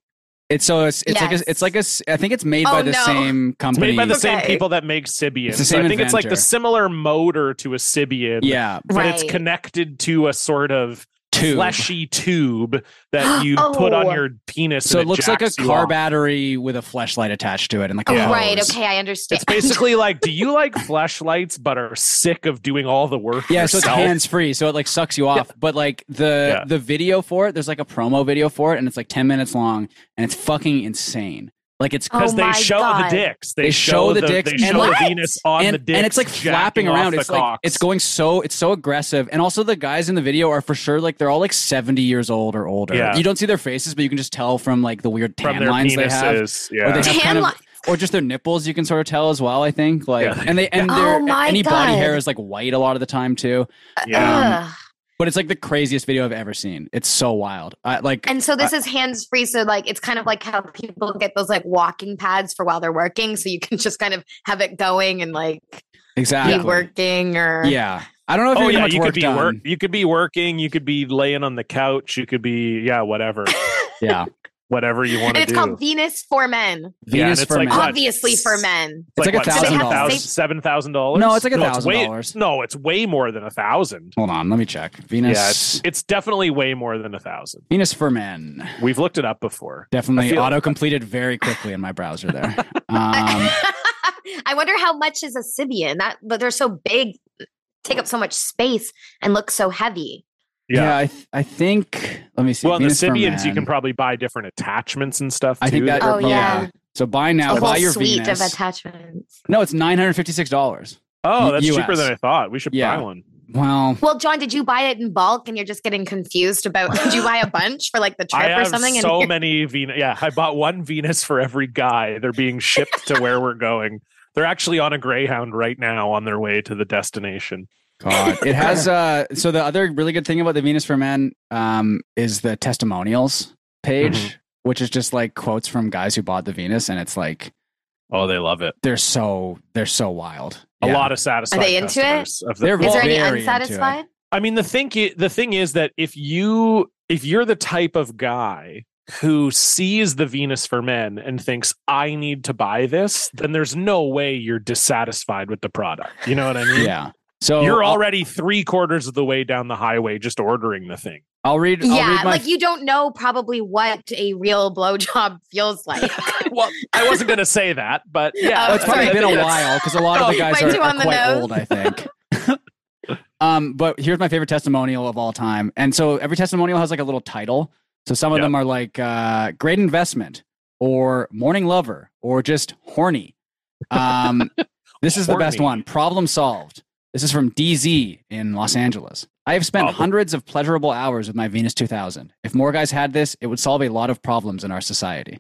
It's so. It's, it's like Yes. a, it's like a. s- I think it's made by Oh, the no. same it's company. made by the same Okay. people that make Sibian. It's the So I same think it's like the inventor. similar motor to a Sibian, yeah, but it's Right. connected to a sort of two. fleshy tube that you put on Oh. your penis. So and it looks like a jacks you car off. battery with a flashlight attached to it, and like a Oh, right. hose. Okay, I understand. It's basically like, do you like flashlights but are sick of doing all the work? Yeah, so yourself? it's hands free, so it like sucks you off. But like the Yeah. the video for it, there's like a promo video for it, and it's like ten minutes long, and it's fucking insane. Like it's Oh because they my show God. the dicks. They, They show the dicks They and show like- the Venus on and, the dicks, and it's like jacking flapping off around. the It's like cocks. it's going so it's so aggressive, and also the guys in the video are for sure like they're all like seventy years old or older. Yeah. You don't see their faces, but you can just tell from like the weird tan from their lines they have. penises. Or they yeah. have Tan kind of, li- or just their nipples, you can sort of tell as well. I think, like, Yeah. and they and Yeah. their Oh my any body God. hair is like white a lot of the time too. yeah. uh, Ugh. But it's like the craziest video I've ever seen. It's so wild. I, like, And so this is hands free. So like it's kind of like how people get those like walking pads for while they're working. So you can just kind of have it going and like be Exactly. working or Yeah. I don't know if Oh you get yeah, much you work could be done. work. You could be working. You could be laying on the couch. You could be yeah, whatever, Yeah. whatever you want and to it's do. called Venus for men. Yeah, and Venus it's for like men. what? Obviously for men. It's like what, a thousand $7,000? dollars. Seven thousand dollars? No, it's like a thousand way- dollars. No, it's way more than a thousand. Hold on, let me check. Venus Yeah, it's, it's definitely way more than a thousand. Venus for men. We've looked it up before. I Definitely feel- auto completed very quickly in my browser there. Um, I wonder how much is a Sibian. That but they're so big, take up so much space and look so heavy. yeah, I, th- I think let me see. Well, and the Venus for Sibians, you men. can probably buy different attachments and stuff. I think too, that Oh, are yeah. both- So buy now, a buy whole your suite Venus. of attachments. no, it's nine hundred fifty six dollars. Oh, that's US. cheaper than I thought. We should Yeah. buy one. Well, Well, John, did you buy it in bulk and you're just getting confused about did you buy a bunch for like the I trip or have something? And so you're- many Venus. Yeah, I bought one Venus for every guy. They're being shipped to where we're going. They're actually on a Greyhound right now on their way to the destination. God. It has uh so the other really good thing about the Venus for Men um is the testimonials page, Mhm. which is just like quotes from guys who bought the Venus and it's like Oh, they love it. they're so they're so wild. A lot of satisfied. Are they into it? customers of the- They're Is there any Very into it. unsatisfied? I mean, the thing i- the thing is that if you if you're the type of guy who sees the Venus for Men and thinks I need to buy this, then there's no way you're dissatisfied with the product. You know what I mean? Yeah. So You're I'll- already three quarters of the way down the highway just ordering the thing. I'll, read I'll yeah, read my- like you don't know probably what a real blowjob feels like. well, I wasn't gonna say that, but yeah, Oh, Well, it's probably Sorry, been I a think while because a lot of the Oh, guys way are, too are on the quite nose. old, I think. um, but here's my favorite testimonial of all time. And so every testimonial has like a little title. So some of Yep. them are like uh, "Great Investment" or "Morning Lover" or just "Horny." Um, this is the best Horny. one. Problem solved. This is from DZ in Los Angeles. I have spent Problem. hundreds of pleasurable hours with my Venus 2000. If more guys had this, it would solve a lot of problems in our society.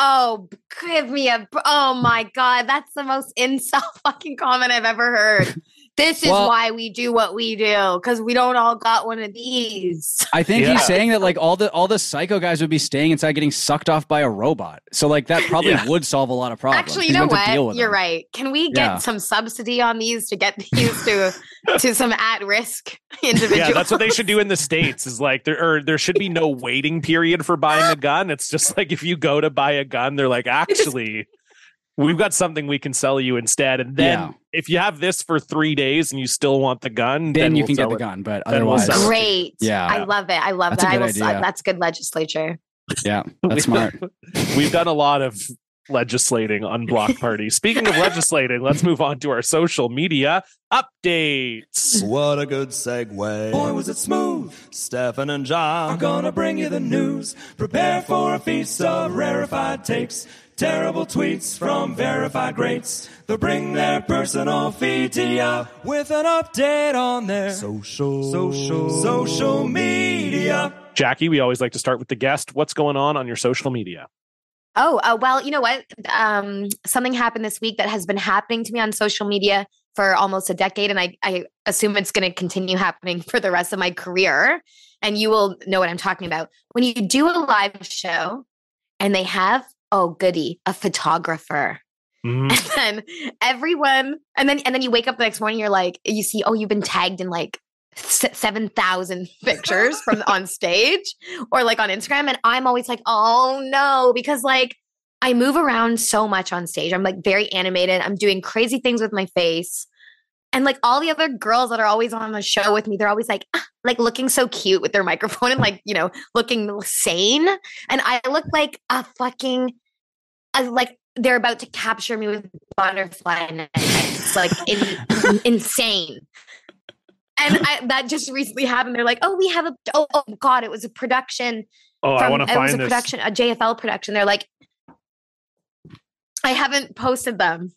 Oh, give me a. Oh my God. That's the most incel fucking comment I've ever heard. This is Well- why we do what we do because we don't all got one of these. I think Yeah. he's saying that like all the all the psycho guys would be staying inside getting sucked off by a robot. So like that probably Yeah. would solve a lot of problems. Actually, 'cause you know wouldn't have to deal what? with You're them. right. Can we get Yeah. some subsidy on these to get these to to some at risk individuals? Yeah, that's what they should do in the states. Is like there or there should be no waiting period for buying a gun. It's just like if you go to buy a gun, they're like, actually, we've got something we can sell you instead. And then Yeah. if you have this for three days and you still want the gun, Then, then, you we'll can get sell the it. gun, but Then we'll otherwise, sell it. Great. Yeah. I love it. I love That's a that. I good will, s- idea. that's good legislature. yeah, that's smart. Uh, We've done a lot of legislating on Block Party. Speaking of legislating, let's move on to our social media updates. What a good segue. Boy, was it smooth. Stefan and John I'm gonna bring you the news. Prepare for a feast of rarefied takes. Terrible tweets from verified greats. They'll bring their personal feed to ya with an update on their social social social media. Jackie, we always like to start with the guest. What's going on on your social media? Oh, uh, well, you know what? Um, something happened this week that has been happening to me on social media for almost a decade, and I, I assume it's going to continue happening for the rest of my career. And you will know what I'm talking about. When you do a live show and they have, oh, goody, a photographer. Mm. And then everyone, and then and then you wake up the next morning, you're like, you see, oh, you've been tagged in like se- 7,000 pictures from on stage or like on Instagram. And I'm always like, oh no, because like I move around so much on stage. I'm like very animated. I'm doing crazy things with my face. And like all the other girls that are always on the show with me, they're always like, "Ah," like looking so cute with their microphone and like, you know, looking sane. And I look like a fucking, I like they're about to capture me with butterfly nets, like in, insane. And I, that just recently happened. They're like, oh, we have a, oh, oh God, it was a production Oh, I from- want to it was a find this. production, a JFL production. They're like, I haven't posted them.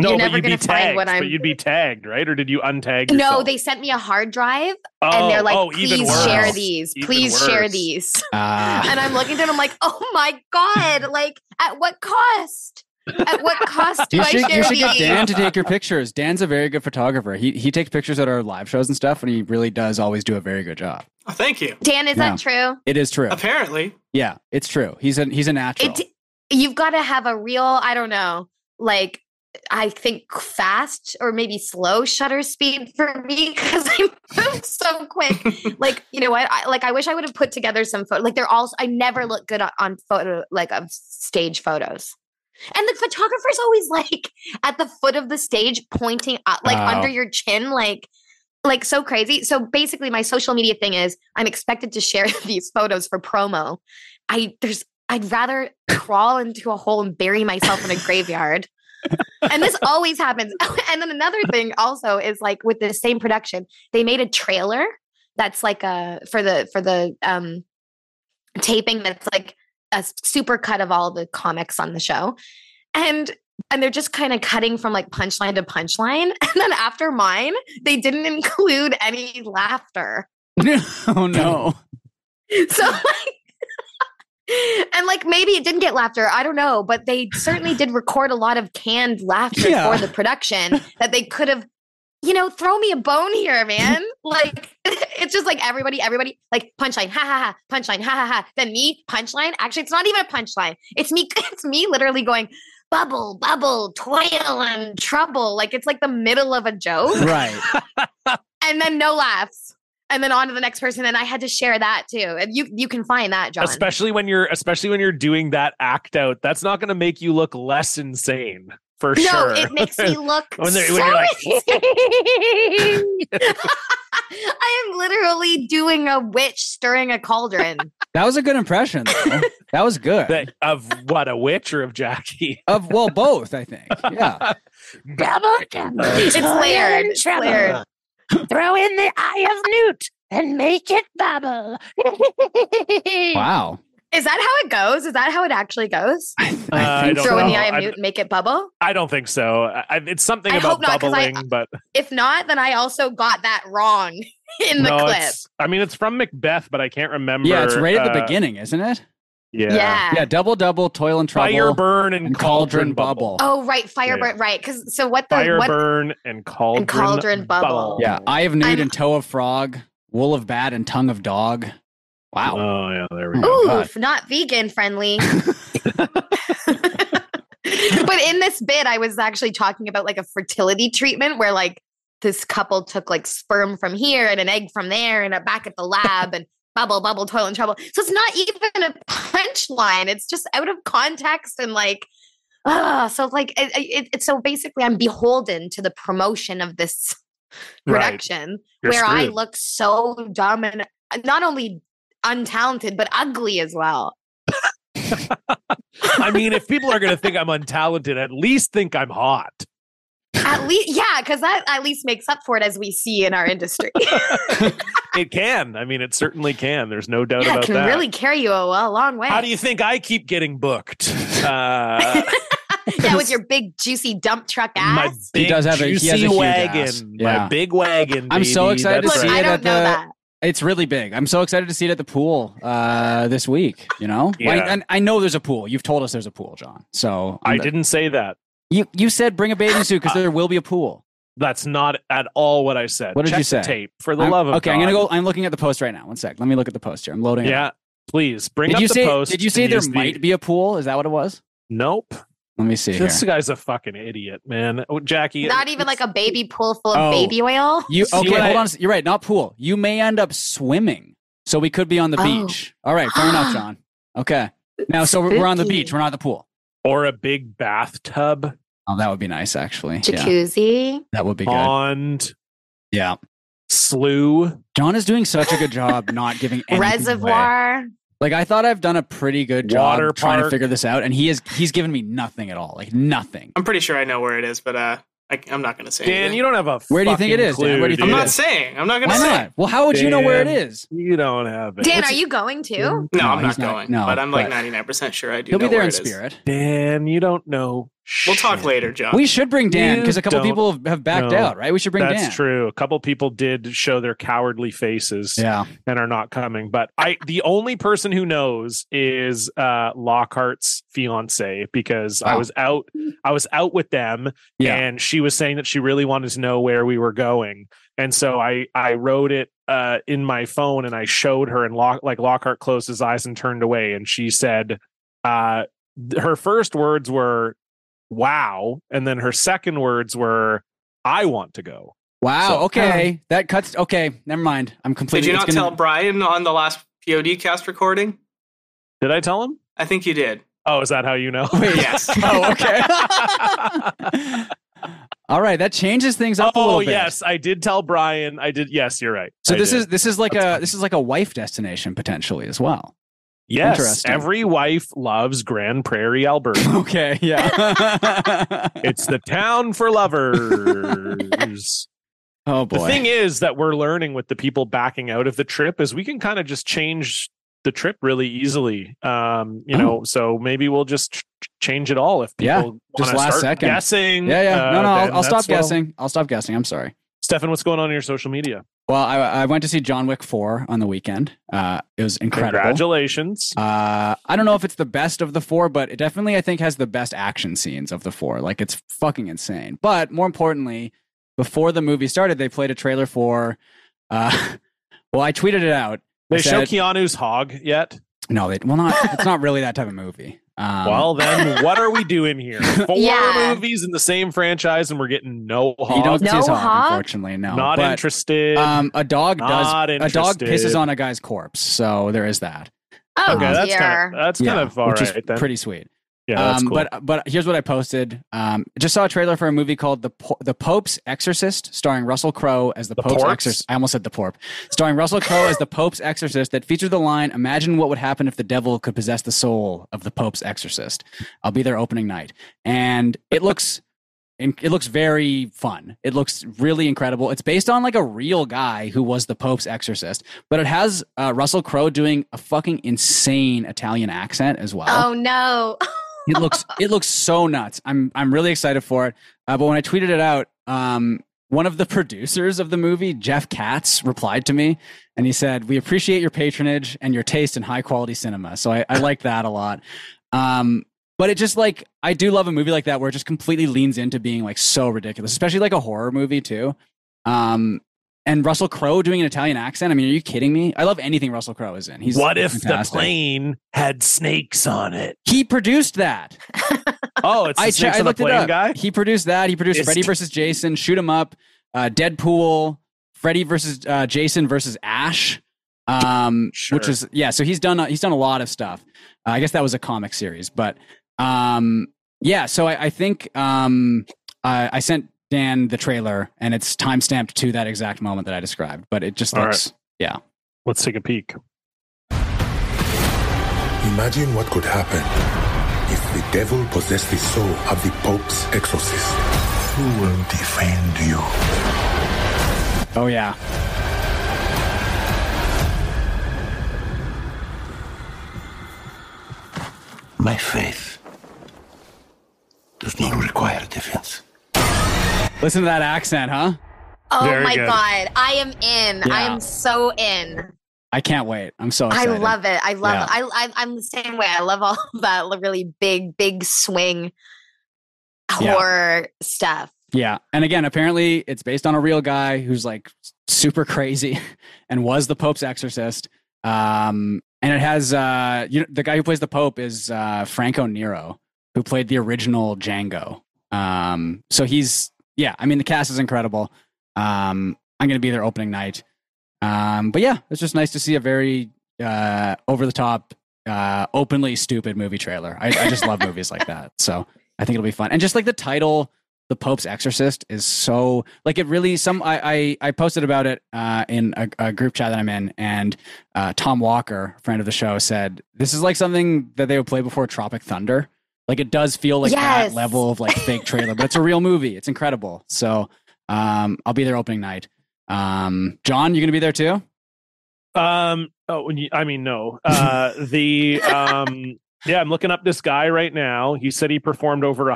No, You're but never you'd be gonna find tagged. what But I'm- you'd be tagged, right? Or did you untag? No, yourself? they sent me a hard drive Oh, and they're like, oh, even please worse. share these. Even please share worse. these. Uh, And I'm looking at them, I'm like, oh my God, like at what cost? At what cost do you I should you share should get these? Dan to take your pictures. Dan's a very good photographer. He he takes pictures at our live shows and stuff, and he really does always do a very good job. Oh, thank you. Dan, is that true? It is true. Apparently, Yeah, it's true. He's a he's a natural. It you've got to have a real, I don't know, like I think fast or maybe slow shutter speed for me because I move so quick. like you know what? I, like I wish I would have put together some photo. Like they're all. I never look good on, on photo like of stage photos. And the photographer's always like at the foot of the stage, pointing up, like Wow. under your chin, like like so crazy. So basically, my social media thing is I'm expected to share these photos for promo. I there's I'd rather crawl into a hole and bury myself in a graveyard. And this always happens. And then another thing also is like with the same production, they made a trailer that's like a for the for the um taping that's like a super cut of all the comics on the show. And and they're just kind of cutting from like punchline to punchline. And then after mine, they didn't include any laughter. oh no. So like and like maybe it didn't get laughter. I don't know, but they certainly did record a lot of canned laughter Yeah. for the production that they could have you know, throw me a bone here, man. like it's just like everybody, everybody, like punchline, ha ha ha, punchline, ha ha ha. Then me, punchline. Actually, it's not even a punchline. It's me, it's me literally going bubble, bubble, toil and trouble. Like it's like the middle of a joke. Right. And then no laughs. And then on to the next person. And I had to share that too. And you you can find that, John. especially when you're especially when you're doing that act out. That's not going to make you look less insane for no, sure. it makes me look When they're- so when you're like, insane. I am literally doing a witch stirring a cauldron. That was a good impression. though. that was good. That- of what a witch or of Jackie. of well, both I think. Yeah. it's layered. It's layered. Throw in the eye of newt and make it bubble. Wow. Is that how it goes? Is that how it actually goes? I, Uh, I think don't Throw in the know. eye of I'm- newt, make it bubble. I don't think so. I, I- it's something I about hope not, 'cause I- bubbling, but If not, then I also got that wrong in the no, clip. it's. I mean, it's from Macbeth, but I can't remember. Yeah, it's right at the uh, beginning, isn't it? Yeah. Yeah. Yeah, double double toil and trouble Fire burn and, and cauldron bubble. Oh right, Yeah. fire burn. Right, because so what the Fire what? burn and cauldron, And cauldron Oh. bubble. Yeah, eye of nude I'm- and toe of frog, wool of bat and tongue of dog. Wow. Oh yeah, there we go. Ooh, God. not vegan friendly. but in this bit, I was actually talking about like a fertility treatment where like this couple took like sperm from here and an egg from there and a back at the lab and bubble, bubble, toil and trouble. So it's not even a punchline. It's just out of context and like, ah. so it's like, it, it, it's so basically I'm beholden to the promotion of this Right. production You're where I screwed. look so dumb and uh, not only untalented but ugly as well. I mean, if people are going to think I'm untalented, at least think I'm hot. At least, yeah, because that at least makes up for it as we see in our industry. It can. I mean, it certainly can. There's no doubt yeah, it about can that. really carry you a, a long way. How do you think I keep getting booked? Uh, yeah, with your big juicy dump truck my ass. big He does have a- he juicy has a huge wagon. ass. My Yeah. big wagon. I'm so baby. excited to That's Look, see right. I it don't at know the- that. It's really big. I'm so excited to see it at the pool uh, this week, you know? Yeah. Like, and I know there's a pool. You've told us there's a pool, John. So I Uh, I'm- didn't say that. You, you said bring a bathing suit because there will be a pool. That's not at all what I said. What did Check you the say? tape for the I'm- love of okay, God. I'm gonna go. I'm looking at the post right now. One sec. Let me look at the post here. I'm loading. it up. Yeah, please bring Did up you the say? post. Did you say and there use the- might be a pool? Is that what it was? Nope. Let me see This here. guy's a fucking idiot, man. Oh, Jackie. Not even like a baby pool full Oh. of baby oil. You See okay? what Hold I- on. You're right. Not pool. You may end up swimming, so we could be on the Oh. beach. All right. Fair enough, John. Okay. Now, so we're, we're on the Spooky. beach. We're not at the pool. or a big bathtub Oh, that would be nice, actually. Yeah, Jacuzzi. that would be good. pond Yeah. slough. John is doing such a good job not giving anything away. Reservoir. Like I thought I've done a pretty good job Water trying to park. figure this out, and he is he's given me nothing at all. Like nothing. I'm pretty sure I know where it is, but uh, I, I'm not gonna say. Dan, anything. you don't have a. Where do you think it fucking is, Dan? clue, Where do you think I'm dude. it not is? saying. I'm not gonna Why say. not? Well, how would you know where it Dan. is? You don't have it. Dan, What's are you going too? No, No, I'm he's not not- going. no, but I'm like but- 99% sure I do. He'll be know there where in it is. spirit. Dan, you don't know. We'll talk shit. later, John. We should bring Dan You because a couple don't people have, have backed know. out, right? We should bring That's Dan. true. A couple people did show their cowardly faces Yeah. and are not coming. But I, the only person who knows is uh, Lockhart's fiance because I Wow. was out. I was out with them, Yeah. and she was saying that she really wanted to know where we were going, and so I I wrote it uh, in my phone and I showed her, and Lock like Lockhart closed his eyes and turned away, and she said, uh, th- her first words were "Wow," and then her second words were "I want to go." Wow. So- um, okay. That cuts. Okay. Never mind. I'm Did completely. you it's not gonna- tell Brian on the last POD cast recording? Did I tell him? I think you did. Oh, is that how you know? Wait. Yes. oh, okay. All right. That changes things up a little oh bit. yes, I did tell Brian. I did. Yes, you're right. So I this did. is this is like a this is like a wife destination potentially as well. yes. interesting. Every wife loves Grand Prairie, Alberta. Okay. Yeah. it's the town for lovers. oh the boy. thing is that we're learning with the people backing out of the trip is we can kind of just change the trip really easily. Um, you know, so maybe we'll just ch- ch- change it all if people Yeah, just wanna last start second. guessing. yeah. Yeah. No. uh, No. then I'll, I'll stop that's what'll- guessing. I'll stop guessing. I'm sorry. Stefan, what's going on in your social media? Well, I, I went to see John Wick 4 on the weekend. Uh, it was incredible. Congratulations. Uh, I don't know if it's the best of the four, but it definitely, I think, has the best action scenes of the four. Like, it's fucking insane. But more importantly, before the movie started, they played a trailer for. Uh, well, I tweeted it out. They show said- Keanu's hog yet? No, they well not. It's not really that type of movie. Um, well, then what are we doing here? Four Yeah. movies in the same franchise, and we're getting no hog. you don't see No his hog, hog? unfortunately. No, Not But, interested. Um, a dog does. not A interested. dog pisses on a guy's corpse, so there is that. Oh Okay, that's dear. kind of that's kind Yeah, of all which right is then. pretty sweet. yeah, that's um, cool. But but here's what I posted. Um, just saw a trailer for a movie called the po- the Pope's Exorcist, starring Russell Crowe as the, The Pope's Porps? Exorcist. I almost said the Porp, starring Russell Crowe as the Pope's Exorcist that featured the line, "Imagine what would happen if the devil could possess the soul of the Pope's Exorcist." I'll be there opening night, and it looks. in- It looks very fun. It looks really incredible. It's based on like a real guy who was the Pope's exorcist, but it has uh, Russell Crowe doing a fucking insane Italian accent as uh, well Oh no. it looks it looks so nuts. I'm I'm really excited for it. Uh, but when I tweeted it out, um, one of the producers of the movie, Jeff Katz, replied to me, and he said, "We appreciate your patronage and your taste in high quality cinema." So I, I like that a lot. Um, but it just like I do love a movie like that where it just completely leans into being like so ridiculous, especially like a horror movie too. Um, and Russell Crowe doing an Italian accent. I mean, are you kidding me? I love anything Russell Crowe is in. He's what if fantastic. the plane had snakes on it? He produced that. Oh, it's the I, che- snakes I on the looked it plane up. guy. He produced that. He produced It's- Freddy versus Jason, Shoot 'Em Up, uh, Deadpool, Freddy versus uh, Jason versus Ash, um, Sure. which is yeah. So he's done a, he's done a lot of stuff. Uh, I guess that was a comic series, but um, yeah. So I, I think um, I, I sent Dan the trailer, and it's timestamped to that exact moment that I described. But it just All looks yeah. Let's take a peek. Imagine what could happen if the devil possessed the soul of the Pope's exorcist. Who will defend you? Oh yeah. My faith does not require defense. Listen to that accent, huh? Oh Very my good. god. I am in. I Yeah. am so in. I can't wait. I'm so I excited. love it. I love Yeah. it. I, I I'm the same way. I love all of that li- really big, big swing Yeah. horror stuff. Yeah. And again, apparently it's based on a real guy who's like super crazy and was the Pope's exorcist. Um, and it has uh, you know, the guy who plays the Pope is uh, Franco Nero, who played the original Django. Um, so he's yeah, I mean the cast is incredible. Um, I'm gonna be there opening night. Um, but yeah, it's just nice to see a very uh, over the top, uh, openly stupid movie trailer. I, I just love movies like that. So I think it'll be fun. And just like the title, The Pope's Exorcist, is so like it really. Some I I, I posted about it uh, in a, a group chat that I'm in, and uh, Tom Walker, friend of the show, said this is like something that they would play before Tropic Thunder. Like it does feel like Yes. that level of like fake trailer, but it's a real movie. It's incredible. So um, I'll be there opening night. Um, John, you gonna be there too? Um. Oh, when you- I mean, no. Uh, the um. Yeah, I'm looking up this guy right now. He said he performed over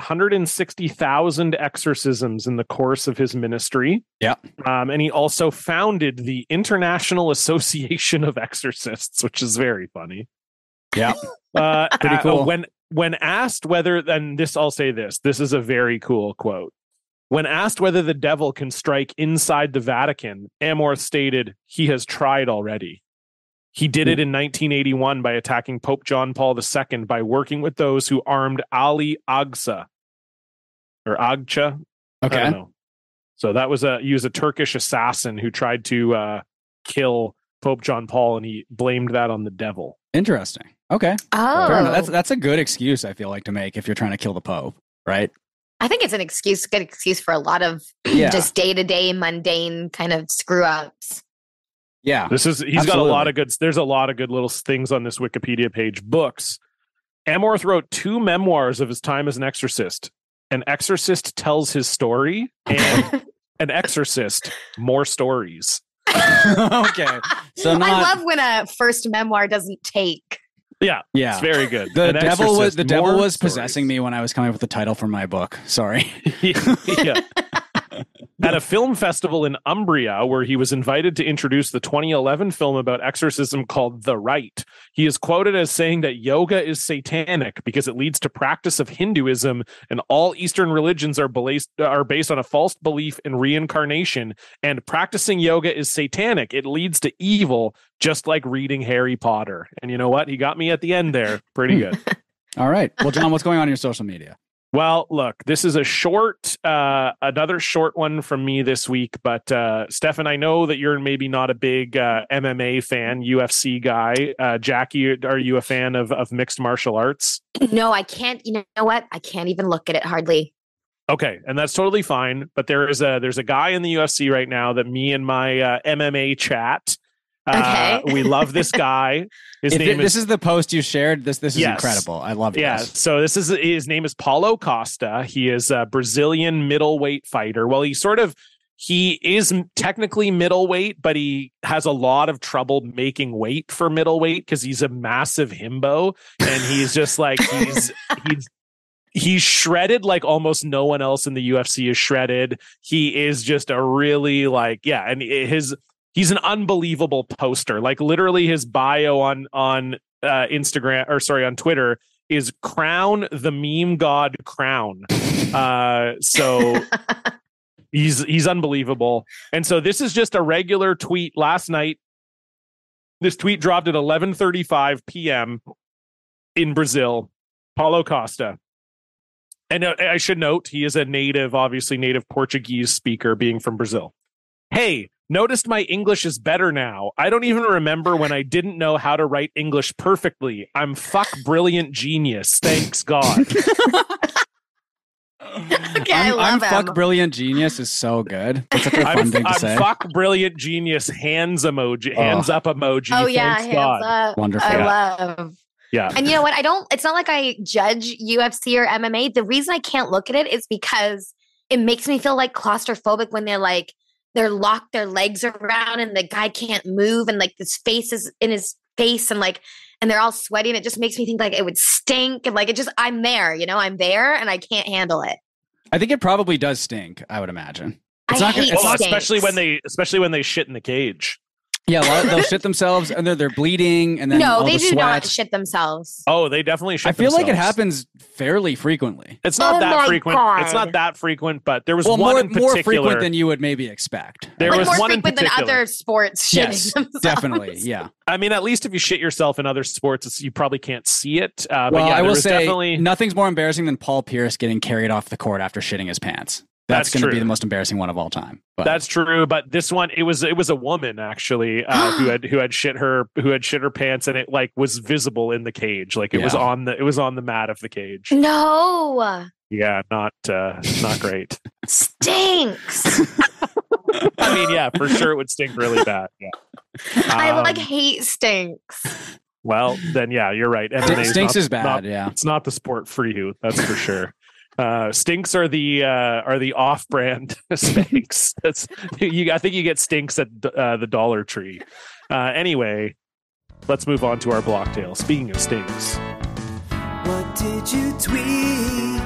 160,000 exorcisms in the course of his ministry. Yeah. Um, and he also founded the International Association of Exorcists, which is very funny. Yeah. Uh, Pretty uh, cool. when when asked whether, and this I'll say this, this is a very cool quote. When asked whether the devil can strike inside the Vatican, Amor stated he has tried already. He did it in 1981 by attacking Pope John Paul II by working with those who armed Ali Agsa or Agcha. I don't Okay. know. So that was a he was a Turkish assassin who tried to uh, kill Pope John Paul, and he blamed that on the devil. Interesting. Okay. Oh, Fair enough. That's that's a good excuse I feel like to make if you're trying to kill the Pope, right? I think it's an excuse, good excuse for a lot of Yeah. just day to day mundane kind of screw ups. Yeah. This is he's got a Ah, Absolutely. lot of good. There's a lot of good little things on this Wikipedia page. Books. Amorth wrote two memoirs of his time as an exorcist. An exorcist tells his story, and an exorcist more stories. okay. So not I love when a first memoir doesn't take. yeah. It's very good. the An devil was exorcist, the devil more was stories. possessing me when I was coming up with the title for my book. Sorry. yeah. at a film festival in Umbria where he was invited to introduce the 2011 film about exorcism called The Rite. He is quoted as saying that yoga is satanic because it leads to practice of Hinduism and all Eastern religions are based are based on a false belief in reincarnation and practicing yoga is satanic. It leads to evil just like reading Harry Potter. And you know what? He got me at the end there. Pretty good. All right. Well, John, what's going on in your social media? Well, look, this is a short, uh, another short one from me this week. But uh, Stefan, I know that you're maybe not a big uh, MMA fan, UFC guy. Uh, Jackie, are you a fan of of mixed martial arts? No, I can't. You know what? I can't even look at it hardly. Okay, and that's totally fine. But there is a there's a guy in the UFC right now that me and my uh, MMA chat. Uh, Okay. we love this guy. His If thi- name is this is the post you shared. This this is Yes. incredible. I love Yeah. this. So this is his name is Paulo Costa. He is a Brazilian middleweight fighter. Well, he sort of he is m- technically middleweight, but he has a lot of trouble making weight for middleweight because he's a massive himbo, and he's just like he's he's he's shredded like almost no one else in the UFC is shredded. He is just a really like yeah, and i- his he's an unbelievable poster. Like literally his bio on on uh, Instagram or sorry on Twitter is crown the meme god crown. Uh, so he's he's unbelievable. And so this is just a regular tweet last night. This tweet dropped at 11:35 p.m. in Brazil. Paulo Costa. And uh, I should note he is a native obviously native Portuguese speaker being from Brazil. Hey, noticed my English is better now. I don't even remember when I didn't know how to write English perfectly. I'm fuck brilliant genius. Thanks God. Okay, i I'm, love I'm him. fuck brilliant genius is so good. That's such a fun I'm, thing to I'm say. fuck brilliant genius hands emoji, hands up emoji. oh yeah, Thanks hands God. up. Wonderful. I Yeah. love. Yeah. And you know what? I don't. It's not like I judge UFC or MMA. The reason I can't look at it is because it makes me feel like claustrophobic when they're like they're locked their legs around and the guy can't move and like his face is in his face and like and they're all sweaty and it just makes me think like it would stink and like it just I'm there, you know, I'm there and I can't handle it. I think it probably does stink. I would imagine. It's I not gonna- hate it's Well, not- stinks. especially when they, especially when they shit in the cage. Yeah, a lot- they'll shit themselves and they're they're bleeding and then no, all they the do sweat. not shit themselves. Oh, they definitely. Shit I feel like it themselves. happens fairly frequently. It's not Oh that my frequent. It's God. not that frequent, but there was Well, one more in more particular. frequent than you would maybe expect. There like was more one in frequent than particular. other sports shitting Yes, themselves. definitely. Yeah. I mean, at least if you shit yourself in other sports, it's, you probably can't see it. Uh, but well, yeah, I there will was say definitely. nothing's more embarrassing than Paul Pierce getting carried off the court after shitting his pants. That's, That's going to be true. the most embarrassing one of all time. But That's true, but this one it was it was a woman actually uh, who had who had shit her who had shit her pants and it like was visible in the cage like it was Yeah. on the it was on the mat of the cage. No, Yeah, not uh, not great. stinks. I mean, yeah, for sure it would stink really bad. Yeah. I like Um, hate stinks. Well, then yeah, you're right. MMA St- stinks not- is bad. not- yeah. it's not the sport for you, that's for sure. Uh, stinks are the uh, are the off brand stinks. That's you. I think you get stinks at uh, the Dollar Tree. Uh, anyway, let's move on to our block tale. Speaking of stinks, What did you tweet?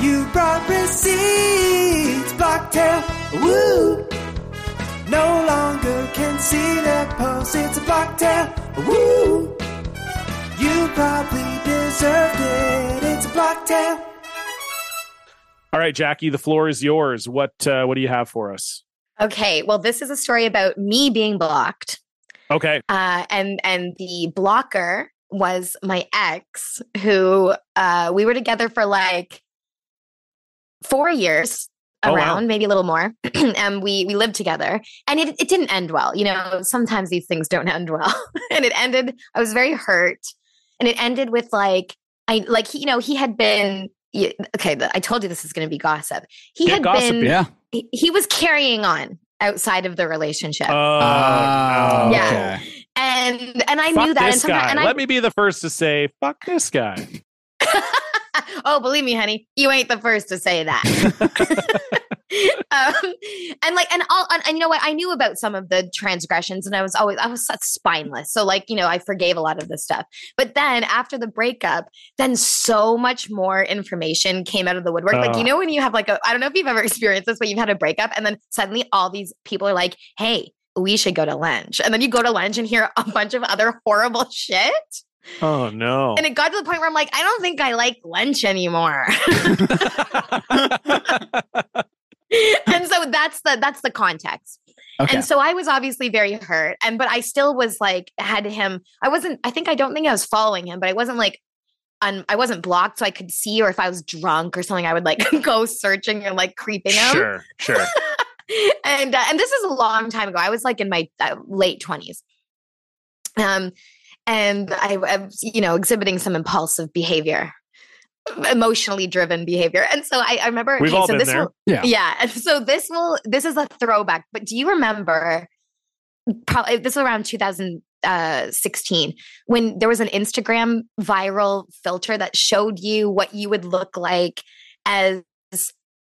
You brought receipts, Blocktail. Woo! No longer can see the post. It's a Blocktail. Woo! You probably deserved it. It's a Blocktail. all right, Jackie, the floor is yours. What uh, what do you have for us? Okay, well, this is a story about me being blocked, Okay, uh, and and the blocker was my ex, who uh, we were together for like four years Oh, wow. around, maybe a little more, and we we lived together, and it it didn't end well. You know, sometimes these things don't end well, and it ended. I was very hurt, and it ended with like I like he, you know he had been. y- Okay, the- I told you this is going to be gossip. He Get had gossipy. been yeah. he he was carrying on outside of the relationship Oh, Ah, no. Uh, Yeah. okay. and and i Fuck knew that this and, sometimes- guy. and Let me be the first to say, fuck this guy. I, oh believe me honey you ain't the first to say that um, and like and all and, and you know what I knew about some of the transgressions and I was always I was such spineless so like you know I forgave a lot of this stuff but then after the breakup then so much more information came out of the woodwork like Ah. you know when you have like a I don't know if you've ever experienced this but you've had a breakup and then suddenly all these people are like hey we should go to lunch and then you go to lunch and hear a bunch of other horrible shit Oh no. and it got to the point where I'm like I don't think I like lunch anymore and so that's the that's the context Okay. and so i was obviously very hurt and but i still was like had him i wasn't i think i don't think i was following him but i wasn't like un, i wasn't blocked so i could see or if i was drunk or something i would like go searching and like creeping him Sure, sure. and uh, and this is a long time ago. I was like in my uh, late twenties, um, and I, I was, you know exhibiting some impulsive behavior, emotionally driven behavior. And so I, I remember We've all been this there. Will, Yeah. yeah. And so this will this is a throwback. But do you remember? Probably this was around 2016 uh, when there was an Instagram viral filter that showed you what you would look like as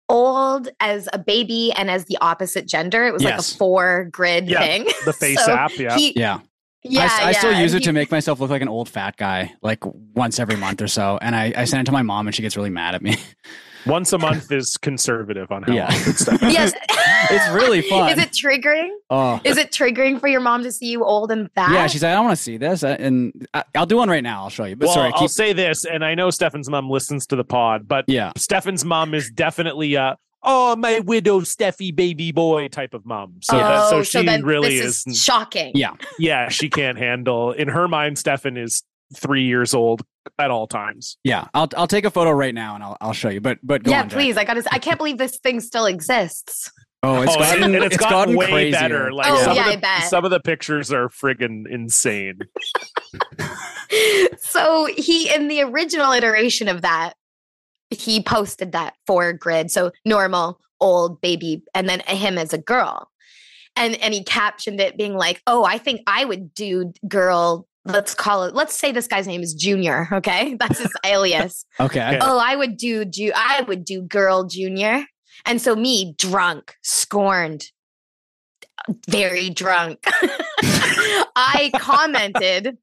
old as a baby and as the opposite gender. It was like Yes. a four grid Yeah, thing. the face So app, yeah. he- yeah. Yeah, I, s- I still yeah, use it to he- make myself look like an old fat guy, like once every month or so. And I, I send it to my mom, and she gets really mad at me. Once a month is conservative on how yeah. yes. it's really fun. Is it triggering? Oh. Is it triggering for your mom to see you old and fat? yeah, she's like, I don't want to see this, I- and I, I'll do one right now. I'll show you. But well, sorry, I'll keep, say this, and I know Stefan's mom listens to the pod, but yeah, Stefan's mom is definitely a oh my widow Steffi baby boy type of mom. So that, so Oh, she then really this is, is shocking. yeah, she can't handle. In her mind, Stefan is three years old at all times. yeah, I'll I'll take a photo right now and I'll I'll show you. But but go yeah, on, Jack. please. I gotta. s- I can't believe this thing still exists. Oh, it's Oh, gotten and it's gotten way crazier. better. Like Oh, some, yeah, I of the, bet. some of the pictures are friggin' insane. So he, in the original iteration of that, he posted that four grid. So normal, old, baby, and then him as a girl. And and he captioned it being like, "Oh, I think I would do girl. Let's call it. Let's say this guy's name is Junior. Okay, that's his alias. Okay. Oh, I would do. Ju- I would do girl Junior. And so me, drunk, scorned, very drunk. I commented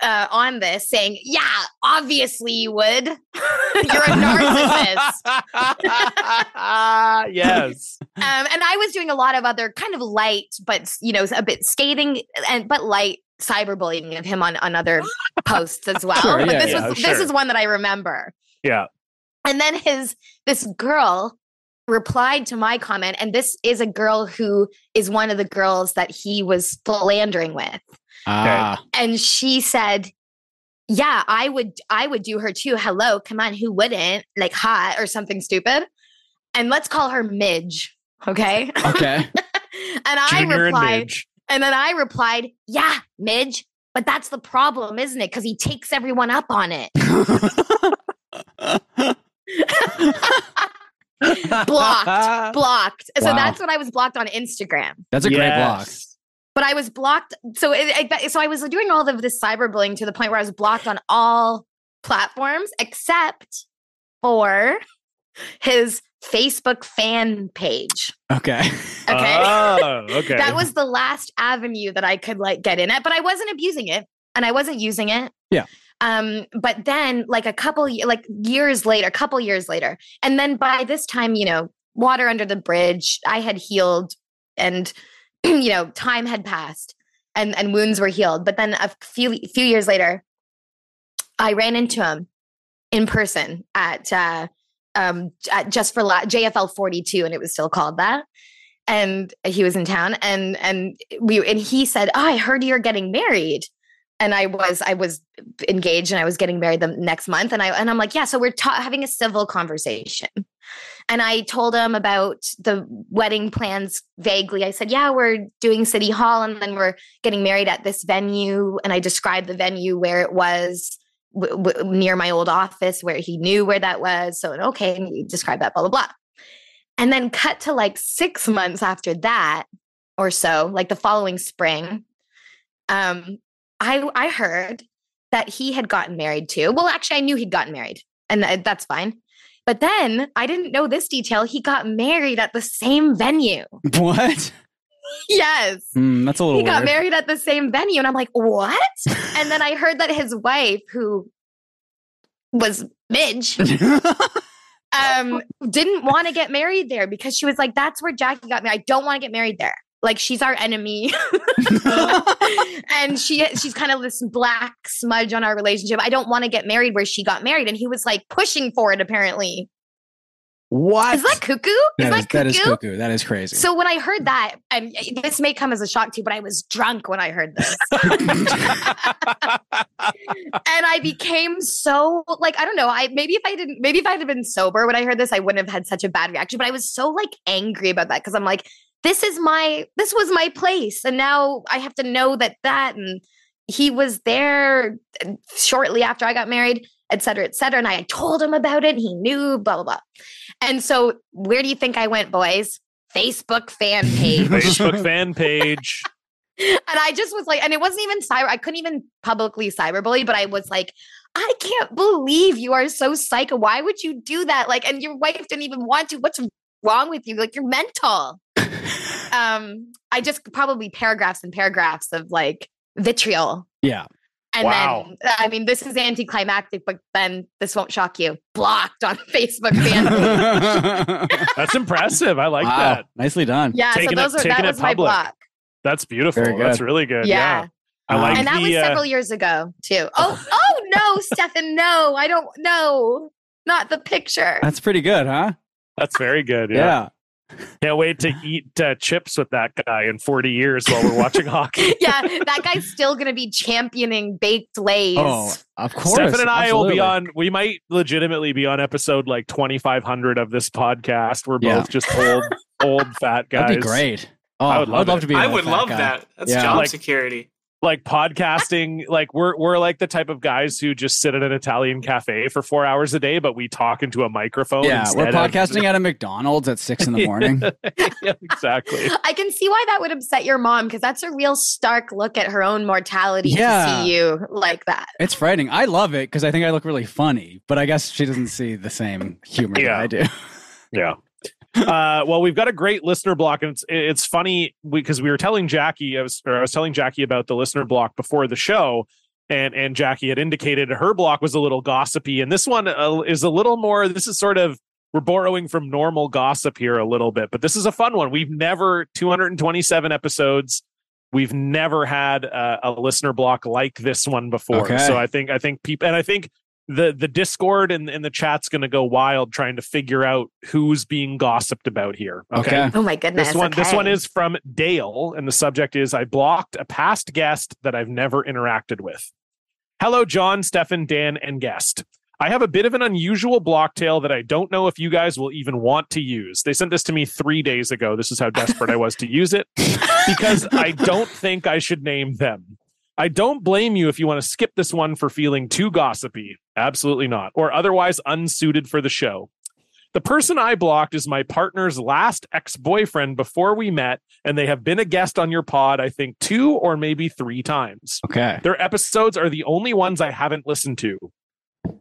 uh, on this saying, Yeah, obviously you would. You're a narcissist. yes. Um, and I was doing a lot of other kind of light, but you know, a bit scathing and but light cyberbullying of him on, on other posts as well. Sure, but yeah, this yeah, oh, was sure. this is one that I remember. Yeah. And then his this girl replied to my comment, and this is a girl who is one of the girls that he was philandering with. Ah. And she said, Yeah, I would I would do her too. Hello, come on, who wouldn't? Like hot or something stupid. And let's call her Midge. Okay. Okay. and I Junior and replied, and, Midge. then I replied, Yeah, Midge, but that's the problem, isn't it? Because he takes everyone up on it. blocked, blocked. So Wow. that's when I was blocked on Instagram. That's a great block. But I was blocked. So it, I, so I was doing all of this cyberbullying to the point where I was blocked on all platforms except for his Facebook fan page. Okay. Ah. Okay. Oh, okay. That was the last avenue that I could like get in at, but I wasn't abusing it and I wasn't using it. Yeah. Um, but then like a couple ye- like years later, a couple years later, and then by this time, you know, water under the bridge, I had healed and you know, time had passed and and wounds were healed. But then a few few years later, I ran into him in person at uh um at just for La- JFL 42 and it was still called that and he was in town and and we and he said oh, i heard you're getting married and i was i was engaged and i was getting married the next month and i and i'm like yeah so we're ta- having a civil conversation and i told him about the wedding plans vaguely i said yeah we're doing city hall and then we're getting married at this venue and i described the venue where it was w- w- near my old office where he knew where that was so okay and he described that blah blah blah and then cut to like six months after that or so, like the following spring, um, I I heard that he had gotten married too. Well, actually, I knew he'd gotten married, and tha- that's fine. But then I didn't know this detail. He got married at the same venue. What? Yes. Hmm, that's a He little got weird. married at the same venue. And I'm like, what? and then I heard that his wife, who was Midge, um, didn't want to get married there because she was like, that's where Jackie got married. I don't want to get married there. Like she's our enemy. and she she's kind of this black smudge on our relationship. I don't want to get married where she got married. And he was like pushing for it, apparently. What? Is that cuckoo? Is That that is, that is cuckoo? cuckoo. That is crazy. So when I heard that, and this may come as a shock to you, but I was drunk when I heard this. and I became so like, I don't know, I maybe if I didn't maybe if I had been sober when I heard this, I wouldn't have had such a bad reaction. But I was so like angry about that because I'm like, this is my this was my place. And now I have to know that that and he was there shortly after I got married, et cetera, et cetera. And I told him about it. He knew, blah, blah, blah. And so where do you think I went, boys? Facebook fan page. Facebook fan page. and I just was like, and it wasn't even cyber, I couldn't even publicly cyberbully, but I was like, I can't believe you are so psycho. Why would you do that? Like, and your wife didn't even want to. What's wrong with you? Like, you're mental. um, I just probably paragraphs and paragraphs of like vitriol. yeah. And Wow. then, I mean, this is anticlimactic, but then this won't shock you. Blocked on Facebook fan page. That's impressive. I like Wow. that. Nicely done. Yeah, Taking it- so those were, taking that it was my public. block. That's beautiful. Very That's good. really good. Yeah. Yeah. I like and that the, was uh, several years ago too. Oh, oh no, Stefan, no, I don't no, Not the picture. That's pretty good, huh? That's very good. Yeah. Yeah. Can't wait to eat uh, chips with that guy in 40 years while we're watching hockey. yeah, that guy's still gonna be championing baked lays. Oh, of course. Stefan and I will absolutely. be on, we might legitimately be on episode like 2,500 of this podcast. We're Yeah. both just old, old fat guys. That'd be great. Oh, I I would would love love, it. to be. I a would fat love guy. that. That's Yeah. job Like- security. Like podcasting, like we're, we're like the type of guys who just sit at an Italian cafe for four hours a day, but we talk into a microphone. Yeah, we're instead of- podcasting at a McDonald's at six in the morning. yeah, exactly. I can see why that would upset your mom because that's a real stark look at her own mortality Yeah. to see you like that. It's frightening. I love it because I think I look really funny, but I guess she doesn't see the same humor Yeah. that I do. Yeah. uh, well, we've got a great listener block, and it's it's funny because we were telling Jackie, I was or I was telling Jackie about the listener block before the show, and and Jackie had indicated her block was a little gossipy, and this one uh, is a little more. This is sort of we're borrowing from normal gossip here a little bit, but this is a fun one. We've never 227 episodes. We've never had uh, a, a listener block like this one before, Okay. so I think I think people and I think the the discord and, and the chat's going to go wild trying to figure out who's being gossiped about here okay, Okay. Oh my goodness. this one this one okay. is from dale and the subject is i blocked a past guest that i've never interacted with hello john stefan dan and guest i have a bit of an unusual block tale that i don't know if you guys will even want to use they sent this to me three days ago this is how desperate i was to use it because I don't think I should name them. I don't blame you if you want to skip this one for feeling too gossipy. Absolutely not, or otherwise unsuited for the show. The person I blocked is my partner's last ex boyfriend before we met, and they have been a guest on your pod, I think, two or maybe three times. Okay. Their episodes are the only ones I haven't listened to.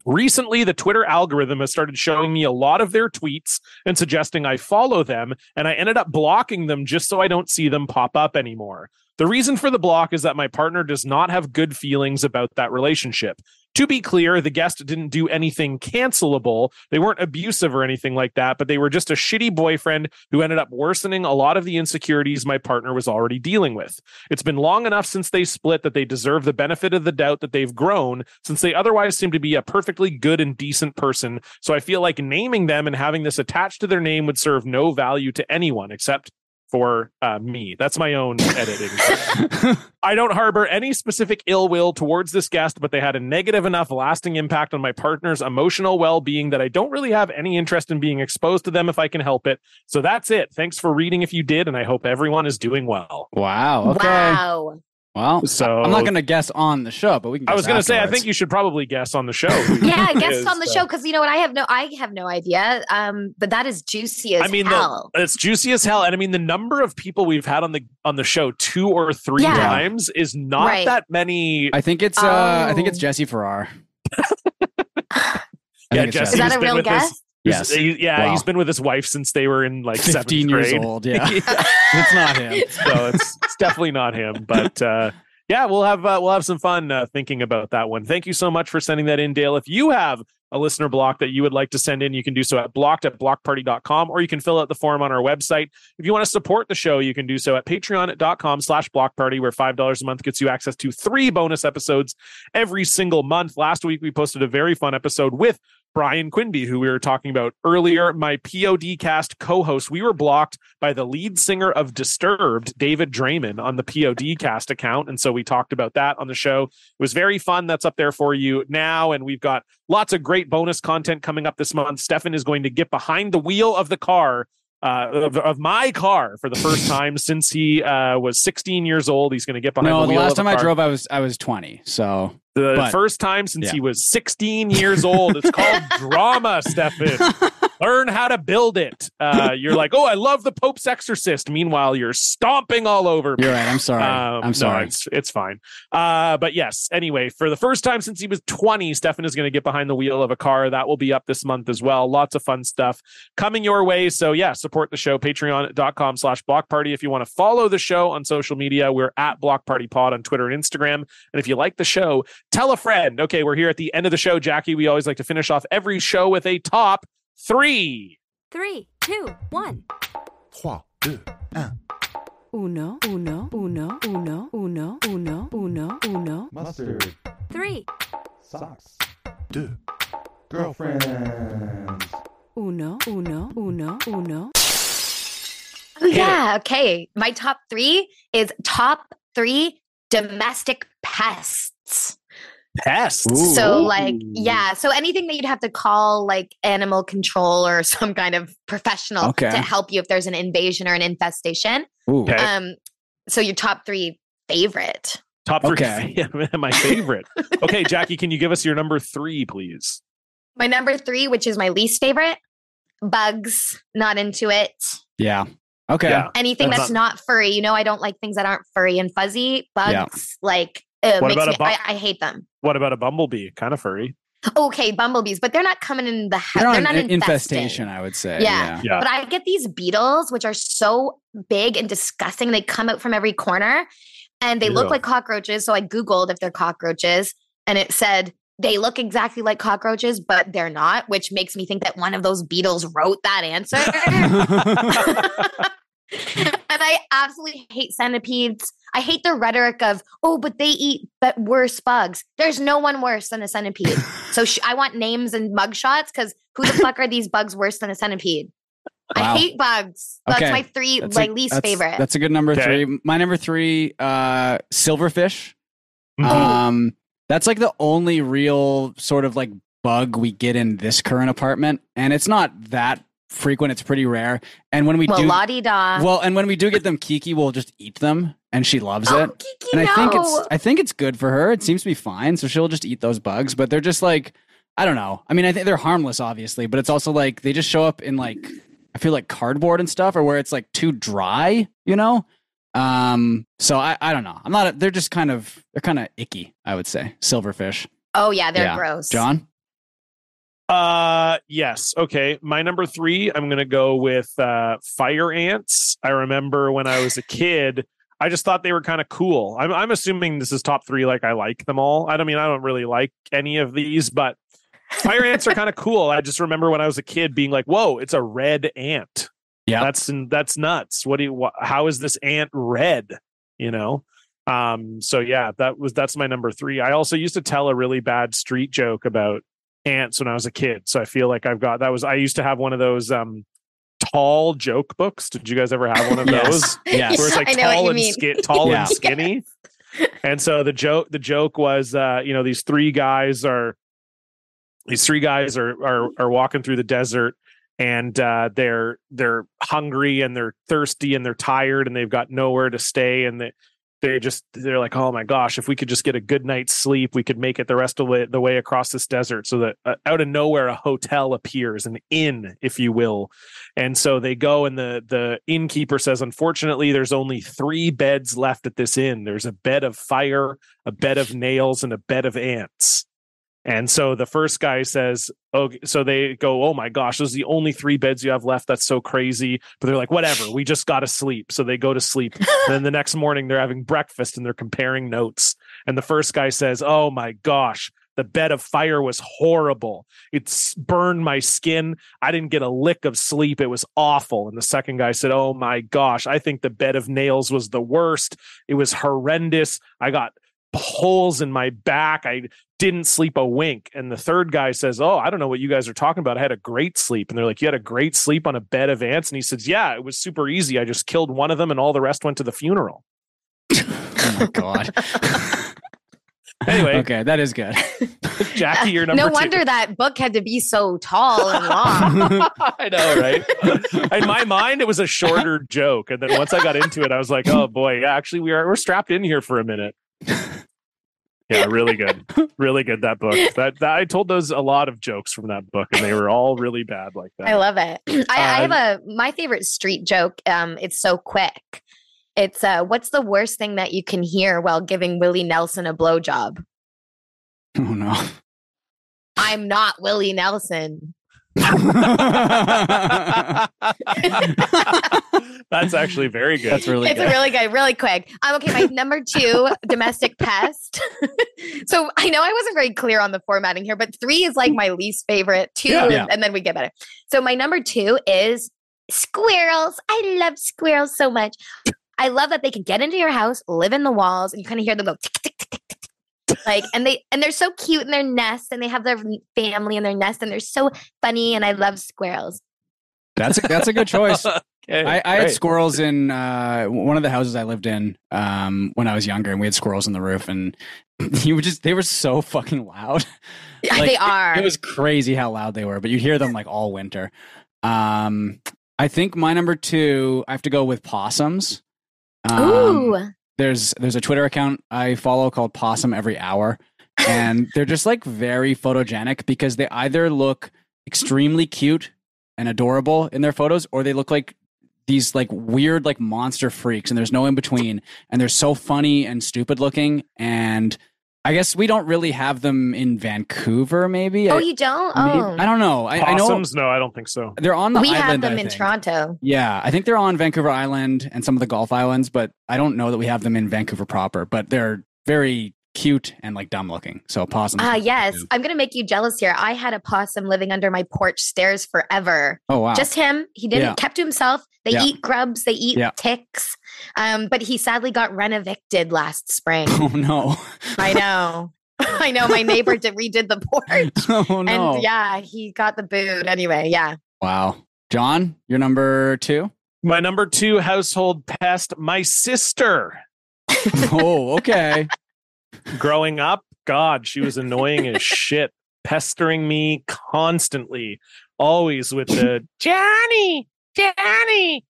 Recently, the Twitter algorithm has started showing me a lot of their tweets and suggesting I follow them, and I ended up blocking them just so I don't see them pop up anymore. The reason for the block is that my partner does not have good feelings about that relationship. To be clear, the guest didn't do anything cancelable. They weren't abusive or anything like that, but they were just a shitty boyfriend who ended up worsening a lot of the insecurities my partner was already dealing with. It's been long enough since they split that they deserve the benefit of the doubt that they've grown, since they otherwise seem to be a perfectly good and decent person. So I feel like naming them and having this attached to their name would serve no value to anyone except for uh, me. That's my own editing. I don't harbor any specific ill will towards this guest, but they had a negative enough lasting impact on my partner's emotional well being that I don't really have any interest in being exposed to them if I can help it. So that's it. Thanks for reading if you did, and I hope everyone is doing well. Wow. Okay. Wow. Well, So I'm not going to guess on the show, but we can. I was going to say, I think you should probably guess on the show. Yeah, guest on the Is, uh, show because you know what I have no I have no idea. Um, but that is juicy as I mean, the, hell. it's juicy as hell, and I mean, the number of people we've had on the on the show two or three Yeah. times is not Right. that many. I think it's. Uh, I think it's Oh. Jesse Farrar. I Yeah, think it's Jesse is that who's been a real with us- guest? He's- Yes. he- yeah, Wow. he's been with his wife since they were in like 15 seventh years grade. old. Yeah. it's not him. so it's, it's definitely not him. But uh, yeah, we'll have uh, we'll have some fun uh, thinking about that one. Thank you so much for sending that in, Dale. If you have a listener block that you would like to send in, you can do so at blocked at blockparty.com or you can fill out the form on our website. If you want to support the show, you can do so at patreon.com slash blockparty, where $5 a month gets you access to three bonus episodes every single month. Last week, we posted a very fun episode with Brian Quinby, who we were talking about earlier, my POD cast co host. We were blocked by the lead singer of Disturbed, David Draymond, on the POD cast account. And so we talked about that on the show. It was very fun. That's up there for you now. And we've got lots of great bonus content coming up this month. Stefan is going to get behind the wheel of the car. Uh, of, of my car for the first time since he uh, was 16 years old. He's going to get behind No, the the wheel. last of a time I car. drove, I was I was 20. So The But- first time since yeah. he was 16 years old. It's called drama, Stefan. Learn how to build it. Uh, you're like, oh, I love the Pope's Exorcist. Meanwhile, you're stomping all over. me. you're right. I'm sorry. Um, no, I'm sorry. it's, it's fine. Uh, but yes, anyway, for the first time since he was 20, Stefan is going to get behind the wheel of a car. That will be up this month as well. Lots of fun stuff coming your way. So yeah, support the show, patreon.com slash block party. If you want to follow the show on social media, we're at block party pod on Twitter and Instagram. And if you like the show, tell a friend. Okay, we're here at the end of the show, Jackie. We always like to finish off every show with a top three. Three, two, one. Uno, uno, uno, uno, uno, uno, uno, uno. Mustard. Three. Socks. Girlfriends. Uno, uno, uno, uno. Oh yeah. Okay. My top three is top three domestic pests. Pests. So like yeah, so anything that you'd have to call like animal control or some kind of professional Okay. to help you if there's an invasion or an infestation. Ooh. Eh. Okay. Um, so your top three favorite. Top three. Okay. Yeah, my favorite. okay, Jackie, can you give us your number three, please? My number three, which is my least favorite, bugs. Not into it. Yeah. Okay. Yeah. Anything that's, not furry. You know, I don't like things that aren't furry and fuzzy. Bugs, Yeah. like, uh, What makes about a me, bu- I, I hate them. What about a bumblebee? Kind of furry. Okay, bumblebees, but they're not coming in the house. They're They're, on not in- infesting. infestation, I would say. Yeah. Yeah. But I get these beetles, which are so big and disgusting. They come out from every corner and they look Ew. like cockroaches. So I Googled if they're cockroaches and it said they look exactly like cockroaches, but they're not, which makes me think that one of those beetles wrote that answer. and I absolutely hate centipedes. I hate the rhetoric of, oh, but they eat but worse bugs. There's no one worse than a centipede. so sh- I want names and mugshots because who the fuck are these bugs worse than a centipede? Wow. I hate bugs. That's Okay. my three, That's my a- least that's- favorite. That's a good number three. My number three, uh, silverfish. Mhm. Oh. Um, that's like the only real sort of like bug we get in this current apartment, and it's not that frequent. It's pretty rare. And when we well, do, la di da. well, and when we do get them, Kiki will just eat them, and she loves Oh, it. Kiki, and I think it's no. I think it's good for her. It seems to be fine, so she'll just eat those bugs. But they're just like I don't know. I mean, I think they're harmless, obviously, but it's also like they just show up in like I feel like cardboard and stuff, or where it's like too dry, you know. Um, so I I don't know. I'm not. They're just kind of they're kind of icky. I would say silverfish. oh, yeah, they're Yeah. gross. John. Uh yes. Okay. My number three, I'm gonna go with uh fire ants. I remember when I was a kid, I just thought they were kind of cool. I'm I'm assuming this is top three, like I like them all. I don't mean I don't really like any of these, but fire ants are kind of cool. I just remember when I was a kid being like, whoa, it's a red ant. Yeah. That's that's nuts. What do you wh- how is this ant red? You know? Um, so yeah, that was that's my number three. I also used to tell a really bad street joke about ants when I was a kid. So I feel like I've got that was I used to have one of those um tall joke books. Did you guys ever have one of Yes. those? Yes. Where it's like I know what tall you and mean. skin tall Yeah. and skinny. And so the joke the joke was uh, you know, these three guys are these three guys are are are walking through the desert and uh, they're they're hungry and they're thirsty and they're tired and they've got nowhere to stay and they they're just they're like oh my gosh if we could just get a good night's sleep we could make it the rest of the, the way across this desert so that uh, out of nowhere a hotel appears an inn if you will and so they go and the the innkeeper says unfortunately there's only three beds left at this inn there's a bed of fire a bed of nails and a bed of ants And so the first guy says, "Okay." So they go, "Oh my gosh, those are the only three beds you have left. That's so crazy." But they're like, "Whatever, we just got to sleep." So they go to sleep. and then the next morning, they're having breakfast and they're comparing notes. And the first guy says, "Oh my gosh." The bed of fire was horrible. It s- burned my skin. I didn't get a lick of sleep. It was awful. And the second guy said, Oh my gosh, I think the bed of nails was the worst. It was horrendous. I got holes in my back. I didn't sleep a wink. And the third guy says, Oh, I don't know what you guys are talking about. I had a great sleep. And they're like, You had a great sleep on a bed of ants? And he says, Yeah, it was super easy. I just killed one of them and all the rest went to the funeral. Oh my god. Anyway, okay, that is good. Jackie, you're number No two. wonder that book had to be so tall and long. I know, right? in my mind, it was a shorter joke, and then once I got into it, I was like, "Oh boy, yeah, actually, we are we're strapped in here for a minute." Yeah, really good, really good that book. That, that I told those a lot of jokes from that book, and they were all really bad like that. I love it. I, I Um, have a my favorite street joke. Um, it's so quick. It's uh, what's the worst thing that you can hear while giving Willie Nelson a blowjob? Oh no. I'm not Willie Nelson. That's actually very good. That's it's a really good, really quick. Um, okay, my number two, domestic pest. so I know I wasn't very clear on the formatting here, but three is like my least favorite. Two, Yeah. is- Yeah. and then we get better. So my number two is squirrels. I love squirrels so much. I love that they can get into your house, live in the walls, and you kind of hear them go tick tick tick tick. tick. Like and they and they're so cute in their nests and they have their family in their nest and they're so funny and I love squirrels. That's a, that's a good choice. I, I had Eh, great. squirrels in uh, w- one of the houses I lived in um, when I was younger, and we had squirrels on the roof, and you would just they were so fucking loud. Yeah, they it- are. It, was crazy how loud they were, but you'd hear them like all winter. Um, I think my number two, I have to go with possums. Um, Ooh. there's there's a Twitter account I follow called Possum Every Hour, and they're just like very photogenic because they either look extremely cute and adorable in their photos, or they look like these like weird like monster freaks, and there's no in between. And they're so funny and stupid looking, and I guess we don't really have them in Vancouver, maybe. Oh, I- you don't? maybe- Oh. I don't know. I, I know Possums? No, I don't think so. they're on the we island. have I them in think. Toronto. Yeah, I think they're on Vancouver Island and some of the Gulf Islands, but I don't know that we have them in Vancouver proper. But they're very cute and like dumb looking. So possums. Ah, yes. I'm going to make you jealous here. I had a possum living under my porch stairs forever. Oh, wow. Just him. He didn't Yeah. kept to himself. They Yeah. eat grubs, they eat Yeah. ticks. Um, but he sadly got rent evicted last spring. Oh no! I know. I know my neighbor did, redid the porch. Oh no! And yeah, he got the boot anyway. Yeah. Wow, John, you're number two. My number two household pest, my sister. oh, okay. Growing up, God, she was annoying as shit, pestering me constantly, always with the Johnny, Johnny.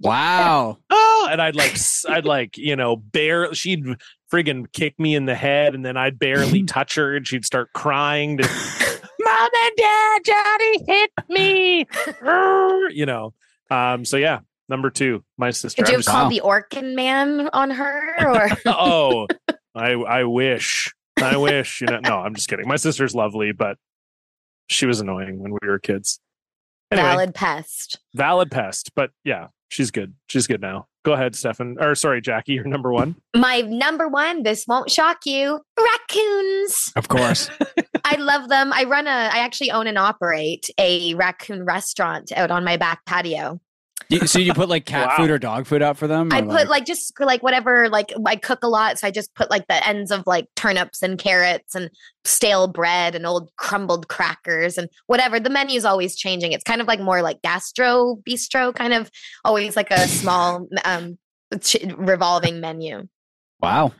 wow. Oh, and I'd like, s- I'd like, you know, barely, she'd friggin' kick me in the head, and then I'd barely touch her, and she'd start crying. To, Mom and Dad, Johnny hit me. you know, um, so yeah, number two, my sister. Could I'm you have just- called the Orkin man on her or oh, I I wish. I wish. You know, no, I'm just kidding. My sister's lovely, but she was annoying when we were kids. Anyway, valid. valid pest, pest? but yeah, she's good. She's good now. Go ahead, Stefan. Or sorry, Jackie, you're number one. My number one, this won't shock you raccoons. Of course. I love them. I run a, I actually own and operate a raccoon restaurant out on my back patio. You- so you put like cat Wow. food or dog food out for them? I or, put like just like whatever, like I cook a lot. So I just put like the ends of like turnips and carrots and stale bread and old crumbled crackers and whatever. The menu is always changing. It's kind of like more like gastro bistro, kind of always like a small, um, ch- revolving menu. wow.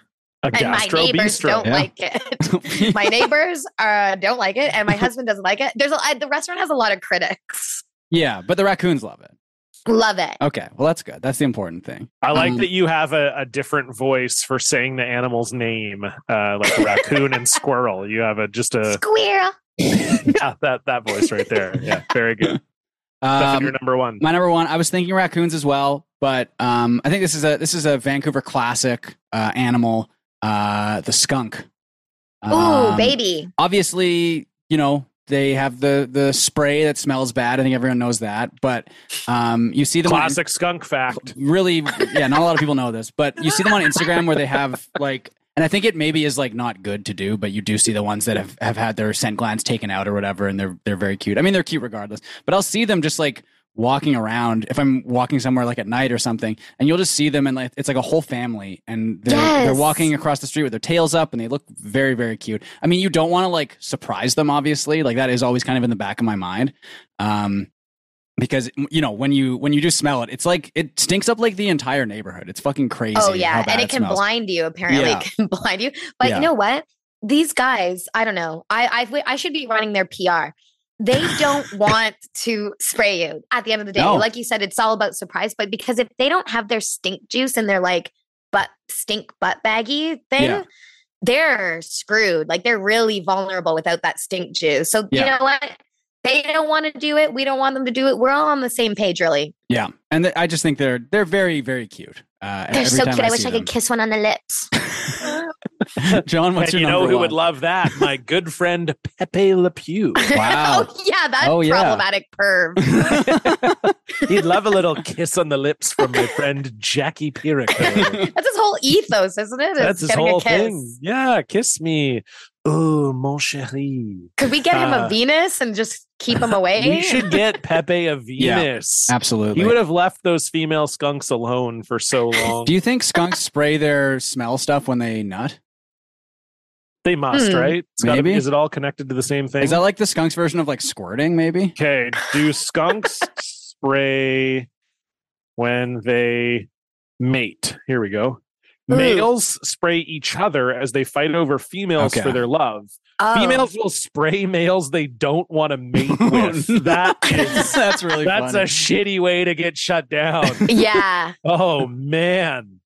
A and my gastro neighbors bistro. don't like it. my neighbors uh, don't like it, and my husband doesn't like it. There's a, I, the restaurant has a lot of critics. Yeah, but the raccoons love it. Love it. Okay, well that's good. That's the important thing. I like Um, that you have a, a different voice for saying the animal's name, uh, like raccoon and squirrel. You have a just a Squirrel. yeah, that that voice right there. Yeah, very good. Stefan, Um, you're number one. My number one. I was thinking raccoons as well, but um, I think this is a this is a Vancouver classic uh, animal, uh, the skunk. Ooh, baby. Obviously, you know they have the the spray that smells bad. I think everyone knows that, but um, you see them on- Classic skunk fact. really yeah not a lot of people know this but you see them on instagram where they have like and i think it maybe is like not good to do but you do see the ones that have, have had their scent glands taken out or whatever and they're they're very cute i mean they're cute regardless but i'll see them just like walking around if i'm walking somewhere like at night or something and you'll just see them and like it's like a whole family and they're, they're Yes. walking across the street with their tails up and they look very very cute i mean you don't want to like surprise them obviously like that is always kind of in the back of my mind um because you know when you when you do smell it it's like it stinks up like the entire neighborhood it's fucking crazy Oh how yeah, bad and it can smells. blind you. Apparently, Yeah. it can blind you. But Yeah. you know what? These guys, I don't know. I I've, I should be running their PR. They don't want to spray you at the end of the day. No. Like you said, it's all about surprise. But because if they don't have their stink juice and they're like butt stink butt baggy thing, Yeah. they're screwed. Like they're really vulnerable without that stink juice. So you Yeah. know what? They don't want to do it. We don't want them to do it. We're all on the same page, really. yeah and th- i just think they're they're very very cute uh every They're so time cute. I, wish see I could kiss one on the lips. them. john what's and you your know number who one? would love that? My good friend Pepe Le Pew. Wow. oh yeah, that's Oh, yeah. problematic perv. Oh. He'd love a little kiss on the lips from my friend Jackie Pirico. That's his whole ethos, isn't it? Is That's his getting a whole kiss. thing. Yeah, kiss me. Oh, mon chéri. Could we get him Uh, a Venus and just keep him away? We should get Pepe a Venus. absolutely. He would have left those female skunks alone for so long. do you think skunks spray their smell stuff when they nut they must, Hmm. right? It's gotta be- Maybe. Is it all connected to the same thing? is that like the skunks version of like squirting maybe okay do skunks spray when they mate here we go Ooh. males spray each other as they fight over females Okay. for their love Oh. females will spray males they don't want to mate with that is that's really that's funny. a shitty way to get shut down yeah. oh man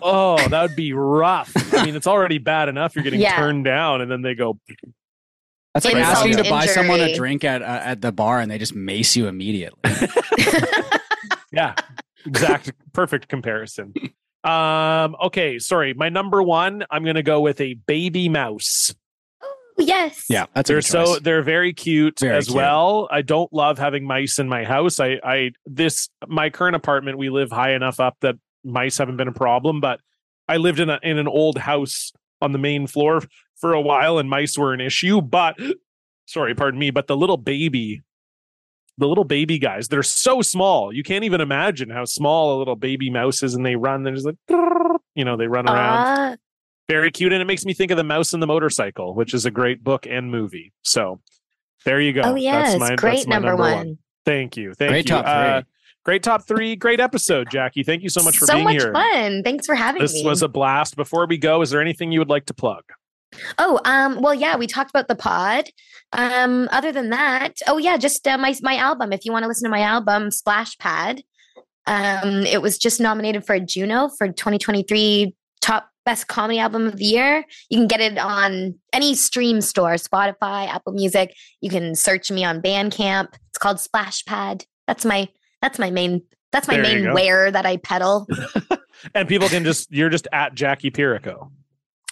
oh that would be rough i mean it's already bad enough you're getting Yeah. turned down and then they go that's like Insult asking to to buy someone a injury. drink at uh, at the bar and they just mace you immediately yeah exact perfect comparison um okay sorry my number one i'm gonna go with a baby mouse yes yeah that's a they're good so choice. they're very cute Very as cute. well i don't love having mice in my house i i this my current apartment we live high enough up that mice haven't been a problem but i lived in a in an old house on the main floor for a while and mice were an issue but sorry pardon me but the little baby the little baby guys they're so small you can't even imagine how small a little baby mouse is and they run they're just like "Brrr," you know they run around Uh, very cute and it makes me think of the mouse and the motorcycle which is a great book and movie so there you go Oh, yes. Great number one. thank you thank Great you Uh, top three. great top three great episode jackie thank you so much for so being much here fun. Thanks for having this me. was a blast before we go is there anything you would like to plug Oh, um, well, yeah, we talked about the pod. Um, other than that, oh yeah, just uh, my my album. If you want to listen to my album, Splash Pad, um, it was just nominated for a Juno for 2023 top best comedy album of the year. You can get it on any stream store, Spotify, Apple Music. You can search me on Bandcamp. It's called Splash Pad. That's my that's my main that's my There you main go. wear that I pedal. and people can just you're just at jackie pirico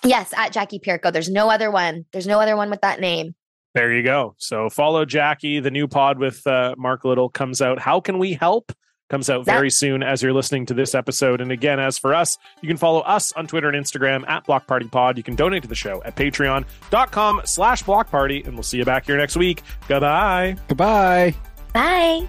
yes, at Jackie Pirco. There's no other one. There's no other one with that name. There you go. So follow Jackie. The new pod with uh, Mark Little comes out. How can we help? Comes out very soon as you're listening to this episode. And again, as for us, you can follow us on Twitter and Instagram at Block Party Pod. You can donate to the show at patreon.com slash block party. And we'll see you back here next week. Goodbye. Goodbye. Bye.